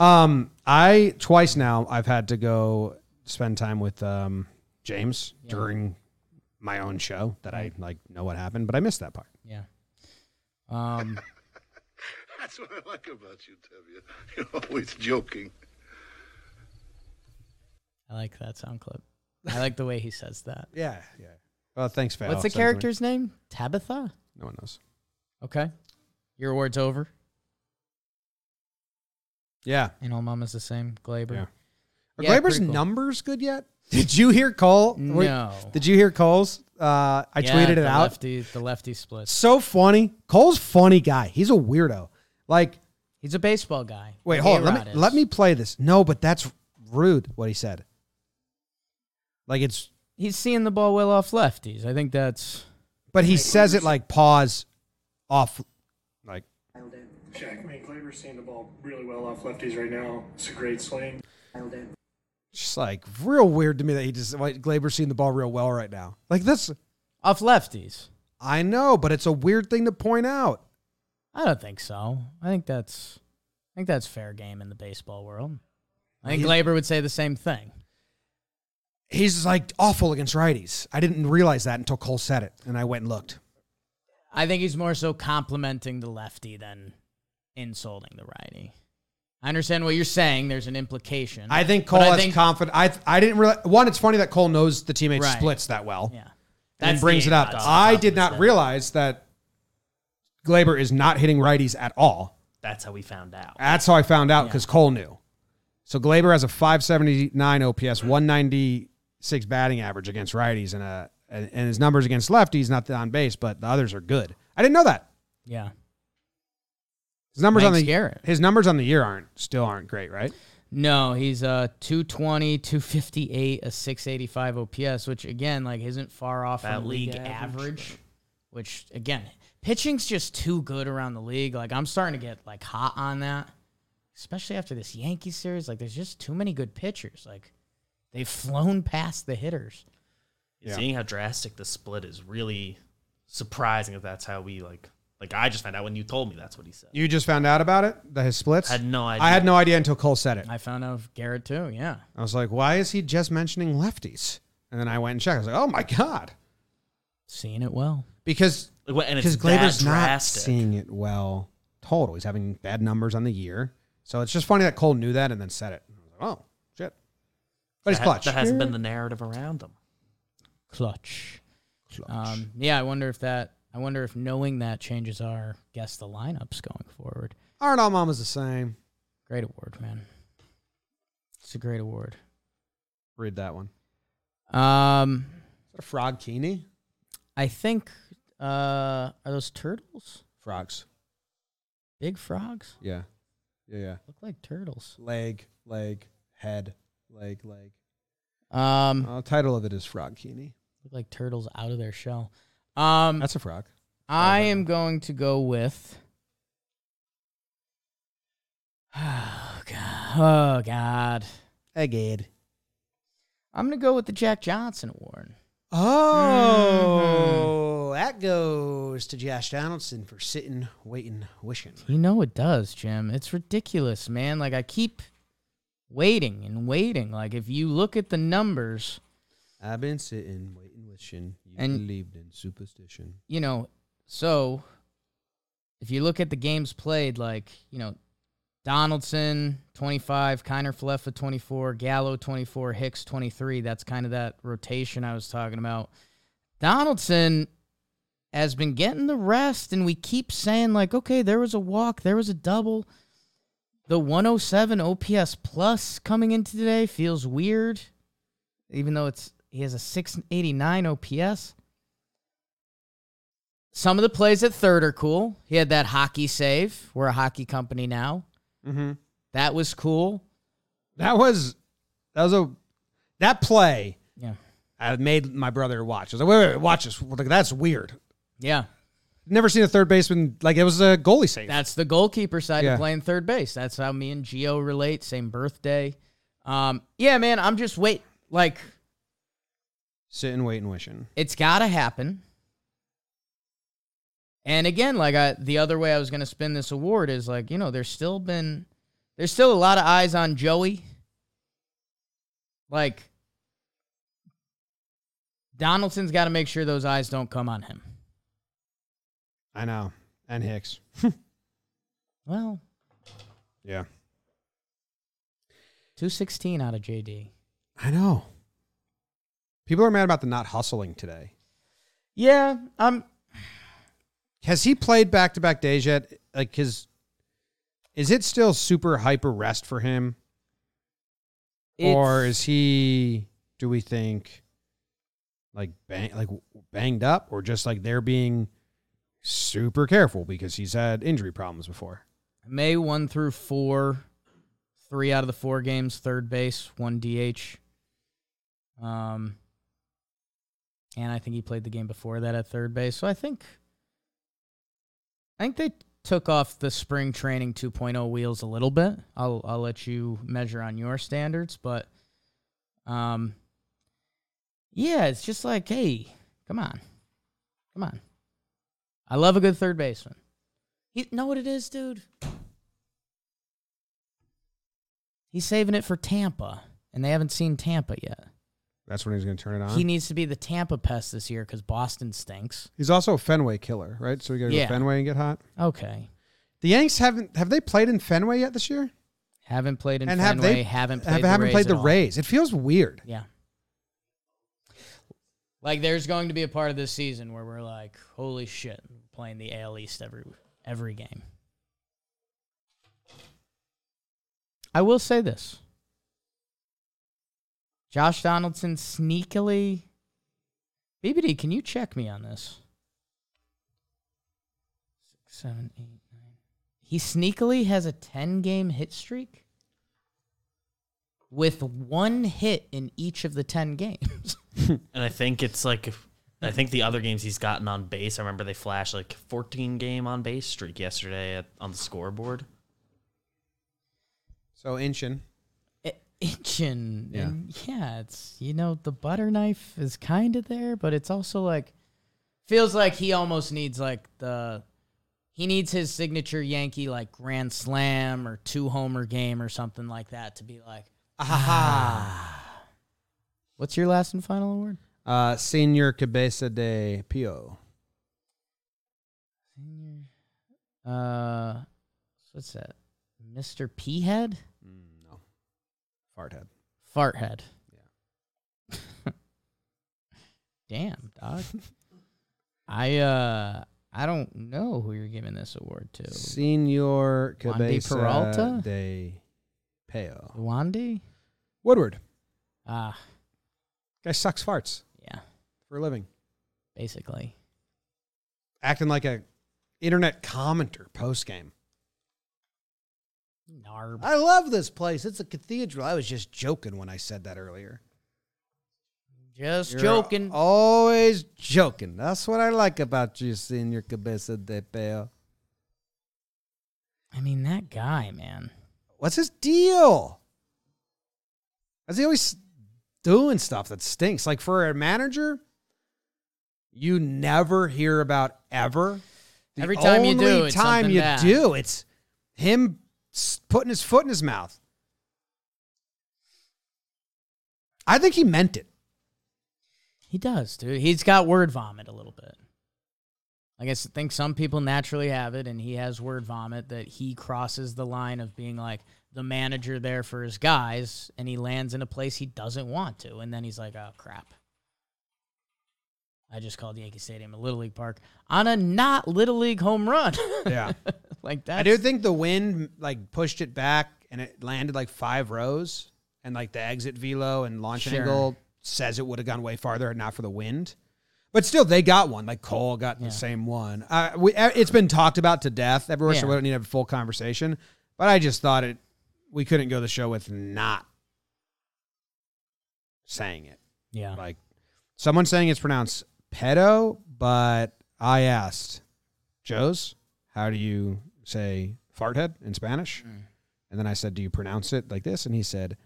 Speaker 1: Um, I twice now I've had to go spend time with um, James during my own show that I like know what happened, but I missed that part.
Speaker 4: Yeah. Um.
Speaker 6: (laughs) That's what I like about you, Tevye. You're always joking.
Speaker 4: I like that sound clip. I like the way he says that.
Speaker 1: Yeah, yeah. (laughs) Well, thanks, Val.
Speaker 4: What's the
Speaker 1: Send it to me.
Speaker 4: character's name? Tabitha.
Speaker 1: No one knows.
Speaker 4: Okay. Your award's over.
Speaker 1: Yeah.
Speaker 4: And all mama's the same. Glaber.
Speaker 1: Yeah. Are
Speaker 4: Yeah,
Speaker 1: Glaber's
Speaker 4: pretty cool.
Speaker 1: numbers good yet? (laughs) Did you hear Cole? Were-
Speaker 4: No.
Speaker 1: Did you hear Cole's? Uh, I
Speaker 4: Yeah,
Speaker 1: tweeted it
Speaker 4: the
Speaker 1: out.
Speaker 4: Lefty, the lefty split.
Speaker 1: So funny. Cole's funny guy. He's a weirdo. Like,
Speaker 4: He's a baseball guy.
Speaker 1: wait,
Speaker 4: Like
Speaker 1: hold on. Let
Speaker 4: A-Rod
Speaker 1: me,
Speaker 4: is.
Speaker 1: let me play this. No, but that's rude what he said. Like it's,
Speaker 4: He's seeing the ball well off lefties. I think that's.
Speaker 1: but he says it like pause, off, like
Speaker 8: Jack May Glaber's seeing the ball really well off lefties right now. It's a great swing.
Speaker 1: just like real weird to me that he just like Glaber's seeing the ball real well right now. Like this,
Speaker 4: Off lefties.
Speaker 1: I know, but it's a weird thing to point out.
Speaker 4: I don't think so. I think that's. I think that's fair game in the baseball world. I think
Speaker 1: He's-
Speaker 4: Glaber would say the same thing.
Speaker 1: He's like awful against righties. I didn't realize that until Cole said it, and I went and looked.
Speaker 4: I think he's more so complimenting the lefty than insulting the righty. I understand what you're saying. There's an implication.
Speaker 1: I think
Speaker 4: but
Speaker 1: Cole
Speaker 4: I
Speaker 1: has
Speaker 4: think-
Speaker 1: confidence. I I didn't realize one. It's funny that Cole knows the teammate
Speaker 4: Right.
Speaker 1: splits that well
Speaker 4: Yeah.
Speaker 1: and
Speaker 4: That's
Speaker 1: brings
Speaker 4: the
Speaker 1: it up.
Speaker 4: odds.
Speaker 1: I did not
Speaker 3: Confidence,
Speaker 1: realize that Glaber is not hitting righties at all.
Speaker 3: That's how we found out.
Speaker 1: That's how I found out because Cole knew. So Glaber has a 579 OPS, 196 batting average against righties, and a and, and his numbers against lefties not the on base, but the others are good. I didn't know that.
Speaker 4: Yeah.
Speaker 1: His numbers on
Speaker 4: Mike's
Speaker 1: the
Speaker 4: Garrett.
Speaker 1: his numbers on the year aren't still aren't great, right?
Speaker 4: No, he's uh 220, 258, a 685 OPS, which again, like, isn't far off
Speaker 3: About
Speaker 4: from league,
Speaker 3: league
Speaker 4: average.
Speaker 3: average.
Speaker 4: Which again, pitching's just too good around the league. Like, I'm starting to get like hot on that, especially after this Yankee series. Like, there's just too many good pitchers. Like, they've flown past the hitters.
Speaker 3: Seeing how drastic the split is really surprising. If that's how we like, like I just found out when you told me that's what he said.
Speaker 1: You just found out about it that his splits.
Speaker 3: Had no idea.
Speaker 1: I had no idea until Cole said it.
Speaker 4: I found out of Garrett too. Yeah,
Speaker 1: I was like, why is he just mentioning lefties? And then I went and checked. I was like, oh my God.
Speaker 4: seeing it well.
Speaker 1: Because
Speaker 3: Like, what- and it's
Speaker 1: because
Speaker 3: that
Speaker 1: Glaber's not
Speaker 3: drastic.
Speaker 1: seeing it well total. He's having bad numbers on the year. So it's just funny that Cole knew that and then said it. I was like, oh, shit. But he's
Speaker 3: That-
Speaker 1: clutch.
Speaker 3: That hasn't been the narrative around him.
Speaker 4: clutch. Um, yeah, I wonder if that. I wonder if knowing that changes our guess the lineups going forward.
Speaker 1: Aren't all mamas the same?
Speaker 4: Great award, man. It's a great award.
Speaker 1: Read that one.
Speaker 4: Um,
Speaker 1: Is that a frog kini?
Speaker 4: I think uh, are those turtles?
Speaker 1: Frogs.
Speaker 4: Big frogs
Speaker 1: Yeah. Yeah, yeah.
Speaker 4: look like turtles.
Speaker 1: Leg, leg, head, leg, leg.
Speaker 4: Um,
Speaker 1: Uh, title of it is Frog Kini.
Speaker 4: look like turtles out of their shell. Um,
Speaker 1: That's a frog.
Speaker 4: I am going to go with. (sighs) Oh god! Oh god!
Speaker 1: Egghead.
Speaker 4: I'm gonna go with the Jack Johnson award.
Speaker 1: Oh, that goes to Josh Donaldson for sitting, waiting, wishing.
Speaker 4: You know it does, Jim. It's ridiculous, man. Like I keep waiting and waiting. Like if you look at the numbers,
Speaker 1: I've been sitting, waiting, wishing. You
Speaker 4: And-
Speaker 1: believed in superstition.
Speaker 4: you know, so if you look at the games played, like, you know, Donaldson 25, Kiner Falefa 24, Gallo 24, Hicks 23. That's kind of that rotation I was talking about. Donaldson has been getting the rest, and we keep saying, like, okay, there was a walk, there was a double. The 107 OPS plus coming in today feels weird, even though it's he has a 689 OPS some of the plays at third are cool. He had that hockey save. We're a hockey company now.
Speaker 1: Mm-hmm.
Speaker 4: That was cool.
Speaker 1: That was that was a that play.
Speaker 4: Yeah.
Speaker 1: I made my brother watch. I was like, wait, wait, wait watch this. Like, that's weird.
Speaker 4: Yeah.
Speaker 1: Never seen a third baseman like it was a goalie save.
Speaker 4: That's the goalkeeper side
Speaker 1: Yeah.
Speaker 4: of playing third base. That's how me and Gio relate. Same birthday. Um, yeah, man, I'm just wait. Like,
Speaker 1: sitting, waiting, wishing.
Speaker 4: it's got to happen. And again, like I, the other way I was going to spin this award is like, you know, there's still been, there's still a lot of eyes on Joey. Like, Donaldson's got to make sure those eyes don't come on him.
Speaker 1: I know. And Hicks. (laughs)
Speaker 4: Well,
Speaker 1: Yeah.
Speaker 4: 216 out of JD.
Speaker 1: I know. People are mad about the not hustling today.
Speaker 4: Yeah, I'm,
Speaker 1: Has he played back to back days yet? Like his is it still super hyper rest for him? or
Speaker 4: it's-
Speaker 1: is he do we think like bang like banged up or just like they're being super careful because he's had injury problems before?
Speaker 4: May one through four, three out of the four games, third base, one DH. Um, and I think he played the game before that at third base. So I think, I think they took off the spring training 2.0 wheels a little bit. I'll I'll let you measure on your standards, but, um, yeah, it's just like, hey, come on, come on. I love a good third baseman. You know what it is, dude? He's saving it for Tampa, and they haven't seen Tampa yet.
Speaker 1: That's when he's going to turn it on.
Speaker 4: He needs to be the Tampa pest this year because Boston stinks.
Speaker 1: he's also a Fenway killer, right? So we got to
Speaker 4: Yeah.
Speaker 1: go Fenway and get hot.
Speaker 4: Okay.
Speaker 1: The Yanks haven't have they played in Fenway yet this year?
Speaker 4: Haven't played in
Speaker 1: and have
Speaker 4: Fenway.
Speaker 1: they
Speaker 4: haven't played
Speaker 1: have,
Speaker 4: the
Speaker 1: not
Speaker 4: Rays
Speaker 1: played
Speaker 4: at
Speaker 1: the
Speaker 4: all.
Speaker 1: Rays? It feels weird.
Speaker 4: Yeah. Like there's going to be a part of this season where we're like, holy shit, playing the AL East every every game. I will say this. Josh Donaldson sneakily BBD, can you check me on this? Six, seven, eight, nine. He sneakily has a ten game hit streak with one hit in each of the 10 games. (laughs)
Speaker 3: And I think it's like, if- I think the other games he's gotten on base. I remember they flashed like 14 game on base streak yesterday at, on the scoreboard.
Speaker 1: So Inchin.
Speaker 4: It- Itching.
Speaker 1: Yeah.
Speaker 4: And yeah, it's, you know, the butter knife is kind of there, but it's also like, feels like he almost needs like the, he needs his signature Yankee like grand slam or two homer game or something like that to be like, ah. (sighs) What's your last and final award?
Speaker 1: Uh, Senior Cabeza de Pio.
Speaker 4: Uh, what's that? Mr. P head?
Speaker 1: No. Farthead.
Speaker 4: Fart head. Yeah. (laughs) Damn, dog. I uh I don't know who you're giving this award to.
Speaker 1: Senior
Speaker 4: Juan de
Speaker 1: Cabeza
Speaker 4: Peralta?
Speaker 1: de Pio.
Speaker 4: Wandy?
Speaker 1: Woodward.
Speaker 4: Ah,
Speaker 1: Guy sucks farts
Speaker 4: yeah,
Speaker 1: for a living.
Speaker 4: basically.
Speaker 1: Acting like a internet commenter post game.
Speaker 4: Narb.
Speaker 1: I love this place. It's a cathedral. I was just joking when I said that earlier.
Speaker 4: Just
Speaker 1: You're
Speaker 4: joking.
Speaker 1: Always joking. That's what I like about you, Senor Cabeza de Peo.
Speaker 4: I mean that guy, man.
Speaker 1: What's his deal? Why Is he always doing stuff that stinks? Like for a manager, you never hear about ever. The
Speaker 4: Every time you do,
Speaker 1: only
Speaker 4: it's
Speaker 1: time
Speaker 4: something
Speaker 1: you
Speaker 4: bad.
Speaker 1: do, it's him s- putting his foot in his mouth. I think he meant it.
Speaker 4: He does, dude. He's got word vomit a little bit. Like I s- think some people naturally have it, and he has word vomit that he crosses the line of being like the manager there for his guys, and he lands in a place he doesn't want to, and then he's like, "Oh crap." I just called Yankee Stadium a Little League Park on a not Little League home run.
Speaker 1: (laughs) Yeah.
Speaker 4: (laughs) like that.
Speaker 1: I do think the wind like pushed it back and it landed like five rows and like the exit velo and launch
Speaker 4: Sure.
Speaker 1: angle says it would have gone way farther and not for the wind. But still, they got one. Like Cole got
Speaker 4: Yeah.
Speaker 1: the same one. Uh, we, uh, it's been talked about to death everywhere, so
Speaker 4: Yeah.
Speaker 1: we don't need to have a full conversation. But I just thought it. We couldn't go the show with not saying it.
Speaker 4: Yeah.
Speaker 1: Like someone saying it's pronounced pedo, but I asked Joe's, how do you say fart head in Spanish? And then I said, do you pronounce it like this? And he said,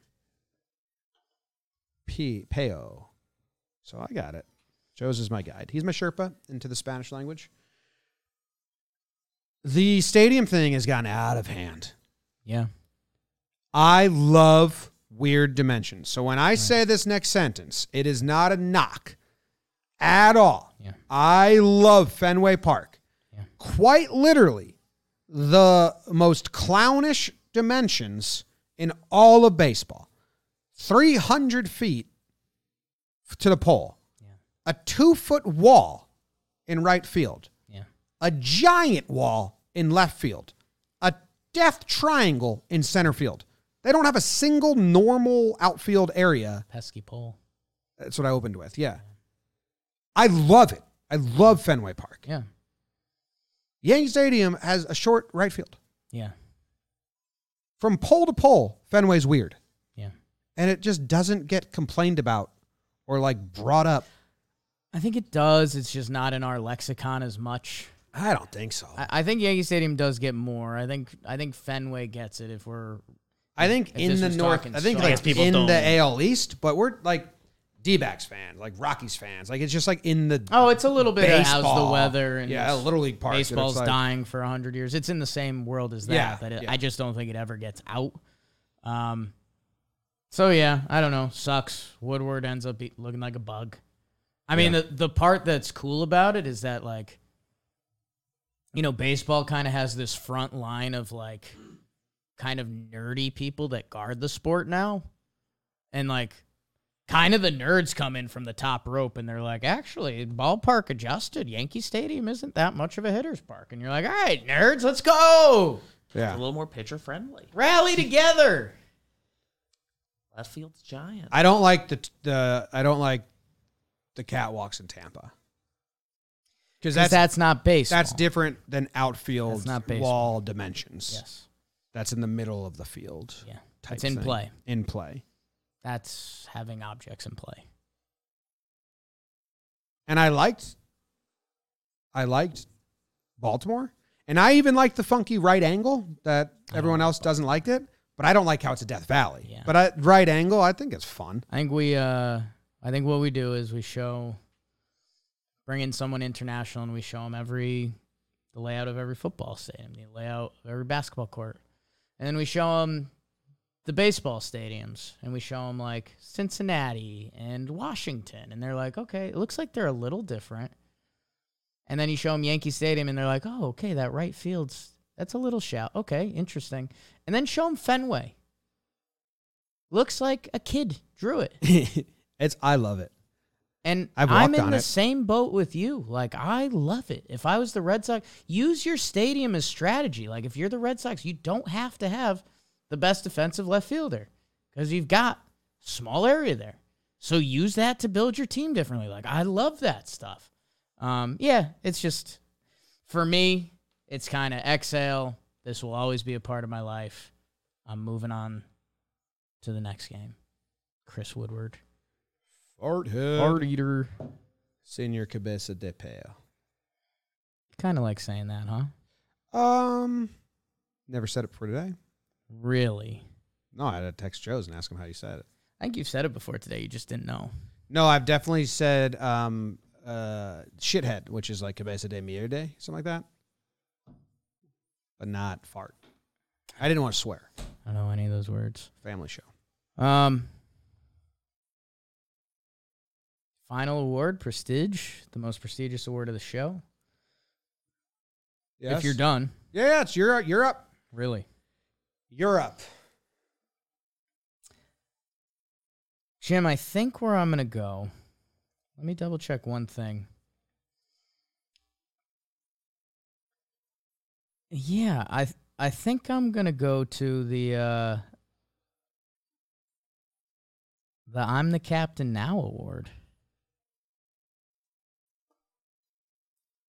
Speaker 1: P- peo. So I got it. Joe's is my guide. He's my Sherpa into the Spanish language. The stadium thing has gotten out of hand.
Speaker 4: Yeah.
Speaker 1: I love weird dimensions. So when I say this next sentence, it is not a knock at all.
Speaker 4: Yeah.
Speaker 1: I love Fenway Park.
Speaker 4: Yeah.
Speaker 1: Quite literally, the most clownish dimensions in all of baseball 300 feet to the pole,
Speaker 4: Yeah.
Speaker 1: a two foot wall in right field
Speaker 4: Yeah.
Speaker 1: a giant wall in left field, a death triangle in center field. They don't have a single normal outfield area
Speaker 4: Pesky pole.
Speaker 1: That's what I opened with. Yeah. I love it. I love Fenway Park.
Speaker 4: Yeah.
Speaker 1: Yankee Stadium has a short right field.
Speaker 4: Yeah.
Speaker 1: From pole to pole, Fenway's weird.
Speaker 4: Yeah.
Speaker 1: And it just doesn't get complained about or like brought up.
Speaker 4: I think it does. It's just not in our lexicon as much.
Speaker 1: I don't think so. I,
Speaker 4: I, I think Yankee Stadium does get more. I think I think Fenway gets it if we're
Speaker 1: think
Speaker 4: If
Speaker 1: in
Speaker 4: this
Speaker 1: the
Speaker 4: was
Speaker 1: North,
Speaker 4: talking
Speaker 1: I think
Speaker 4: stuff.
Speaker 3: I guess
Speaker 1: like
Speaker 3: people
Speaker 1: in
Speaker 3: don't-
Speaker 1: the AL East, but we're like D backs fans, like Rockies fans. Like it's just like in the
Speaker 4: Oh, it's a little bit of how's the
Speaker 1: baseball.
Speaker 4: weather and
Speaker 1: yeah, Little League Park. and it's
Speaker 4: baseball's
Speaker 1: like-
Speaker 4: dying for hundred years. It's in the same world as that,
Speaker 1: Yeah,
Speaker 4: but it,
Speaker 1: yeah.
Speaker 4: I just don't think it ever gets out. Um, so yeah, I don't know. Sucks. Woodward ends up be- looking like a bug. I mean, the the part that's cool about it is that like, you know, baseball kind of has this front line of like, kind of nerdy people that guard the sport now, and like. Kind of the nerds come in from the top rope and they're like, actually, ballpark adjusted, Yankee Stadium isn't that much of a hitter's park. And you're like, all right, nerds, let's go.
Speaker 3: A
Speaker 1: Yeah.
Speaker 3: little more pitcher friendly.
Speaker 4: Rally together.
Speaker 3: Left field's giant.
Speaker 1: I don't like the the I don't like the catwalks in Tampa. Cuz that's
Speaker 4: That's, that's not baseball.
Speaker 1: That's different than outfield
Speaker 4: That's not baseball.
Speaker 1: wall dimensions.
Speaker 4: Yes.
Speaker 1: That's in the middle of the field.
Speaker 4: Yeah.
Speaker 1: type
Speaker 4: It's in
Speaker 1: thing.
Speaker 4: play.
Speaker 1: In play.
Speaker 4: That's having objects in play.
Speaker 1: And I liked I liked Baltimore. And I even liked the funky right angle that everyone else doesn't like it. But I don't like how it's a Death Valley.
Speaker 4: Yeah.
Speaker 1: But I, right angle, I think it's fun.
Speaker 4: I think we uh I think what we do is we show bring in someone international and we show them every the layout of every football stadium, the layout of every basketball court. And then we show them the baseball stadiums and we show them like Cincinnati and Washington and they're like, "Okay, it looks like they're a little different." And then you show them Yankee Stadium and they're like, "Oh, okay, that right field's that's a little shout. Okay, interesting." And then show them Fenway. Looks like a kid drew it.
Speaker 1: (laughs) it's I love it.
Speaker 4: And i
Speaker 1: I've walked
Speaker 4: am in
Speaker 1: on
Speaker 4: the
Speaker 1: it.
Speaker 4: same boat with you. Like I love it. If I was the Red Sox, use your stadium as strategy. Like if you're the Red Sox, you don't have to have the best defensive left fielder because you've got small area there. So use that to build your team differently. Like I love that stuff. Um, yeah, it's just for me, it's kind of exhale. This will always be a part of my life. I'm moving on to the next game. Chris Woodward,
Speaker 1: Art
Speaker 4: Art Eater.
Speaker 1: Senior Cabeza de Peo.
Speaker 4: Kind of like saying that, huh?
Speaker 1: Um never said it for today.
Speaker 4: Really?
Speaker 1: No, I had to text Joe's and ask him how you said it.
Speaker 4: I think you've said it before today. You just didn't know.
Speaker 1: No, I've definitely said um, uh, shithead, which is like cabeza de mierda, something like that, but not fart. I didn't want to swear.
Speaker 4: I don't know any of those words.
Speaker 1: Family show.
Speaker 4: Um, final award, prestige, the most prestigious award of the show. If you're done,
Speaker 1: yeah, it's Europe. Europe.
Speaker 4: really.
Speaker 1: Europe.
Speaker 4: Jim, I think where I'm going to go, let me double check one thing. Yeah, I th- I think I'm going to go to the uh the I'm the Captain Now award.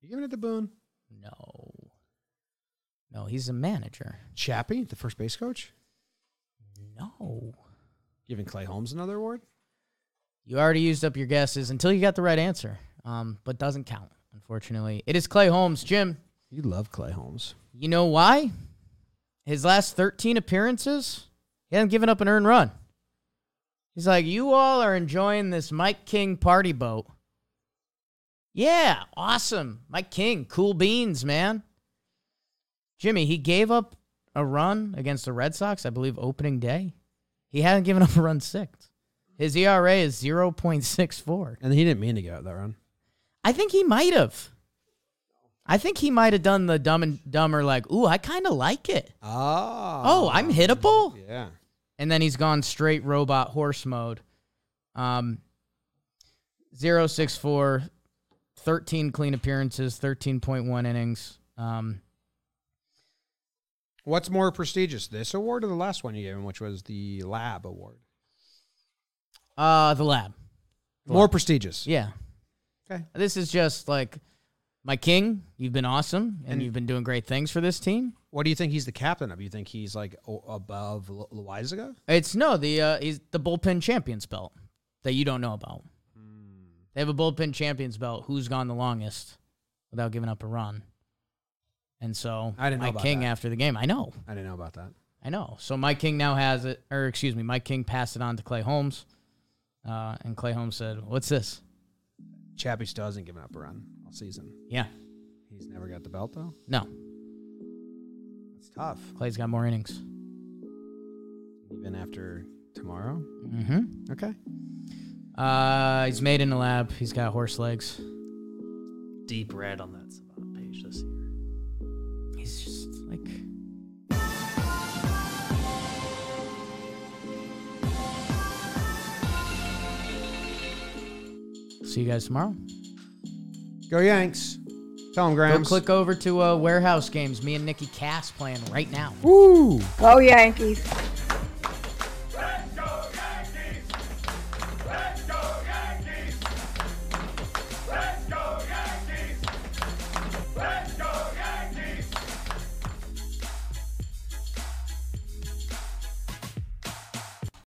Speaker 1: You giving it to Boone?
Speaker 4: No. No, he's a manager.
Speaker 1: Chappie, the first base coach,
Speaker 4: No.
Speaker 1: giving Clay Holmes another award.
Speaker 4: You already used up your guesses until you got the right answer. Um but doesn't count, unfortunately. It is Clay Holmes, Jim.
Speaker 1: You love Clay Holmes.
Speaker 4: You know why? His last 13 appearances, he hasn't given up an earned run. He's like, You all are enjoying this Mike King party boat. Yeah, awesome. Mike King, cool beans, man. Jimmy, he gave up a run against the Red Sox, I believe, opening day. He hadn't given up a run six. His ERA is 0.64.
Speaker 1: And he didn't mean to give up that run.
Speaker 4: I think he might have. I think he might have done the dumb and dumber, like, ooh, I kind of like it.
Speaker 1: Oh.
Speaker 4: Oh, I'm hittable.
Speaker 1: Yeah.
Speaker 4: And then he's gone straight robot horse mode. Um, 064, 13 clean appearances, 13.1 innings. Um,
Speaker 1: What's more prestigious, this award or the last one you gave him, which was the Lab Award?
Speaker 4: uh, the lab.
Speaker 1: More prestigious.
Speaker 4: Yeah.
Speaker 1: Okay.
Speaker 4: This is just like my king. You've been awesome, and, you've been doing great things for this team.
Speaker 1: What do you think he's the captain of? You think he's like o- above L- Loizaga?
Speaker 4: It's no the uh, he's the bullpen champions belt that you don't know about.
Speaker 1: Hmm.
Speaker 4: They have a bullpen champions belt. Who's gone the longest without giving up a run? And so
Speaker 1: I didn't know
Speaker 4: my
Speaker 1: about
Speaker 4: king
Speaker 1: that.
Speaker 4: after the game. I know.
Speaker 1: I didn't know about that.
Speaker 4: I know. So Mike King now has it, or excuse me, Mike King passed it on to Clay Holmes, uh, and Clay Holmes said, "What's this?"
Speaker 1: Chappie still hasn't given up a run all season.
Speaker 4: Yeah,
Speaker 1: He's never got the belt though.
Speaker 4: no,
Speaker 1: It's tough.
Speaker 4: Clay's got more innings.
Speaker 1: Even after tomorrow.
Speaker 4: Mm-hmm.
Speaker 1: Okay.
Speaker 4: Uh, he's made in the lab. He's got horse legs.
Speaker 3: Deep red on that Savant page this year.
Speaker 4: He's just like See you guys tomorrow.
Speaker 1: Go Yanks. Tell him
Speaker 4: Go
Speaker 1: Grams.
Speaker 4: click over to uh, Warehouse Games. Me and Nikki Cass playing right now.
Speaker 1: Woo.
Speaker 9: Go Yankees.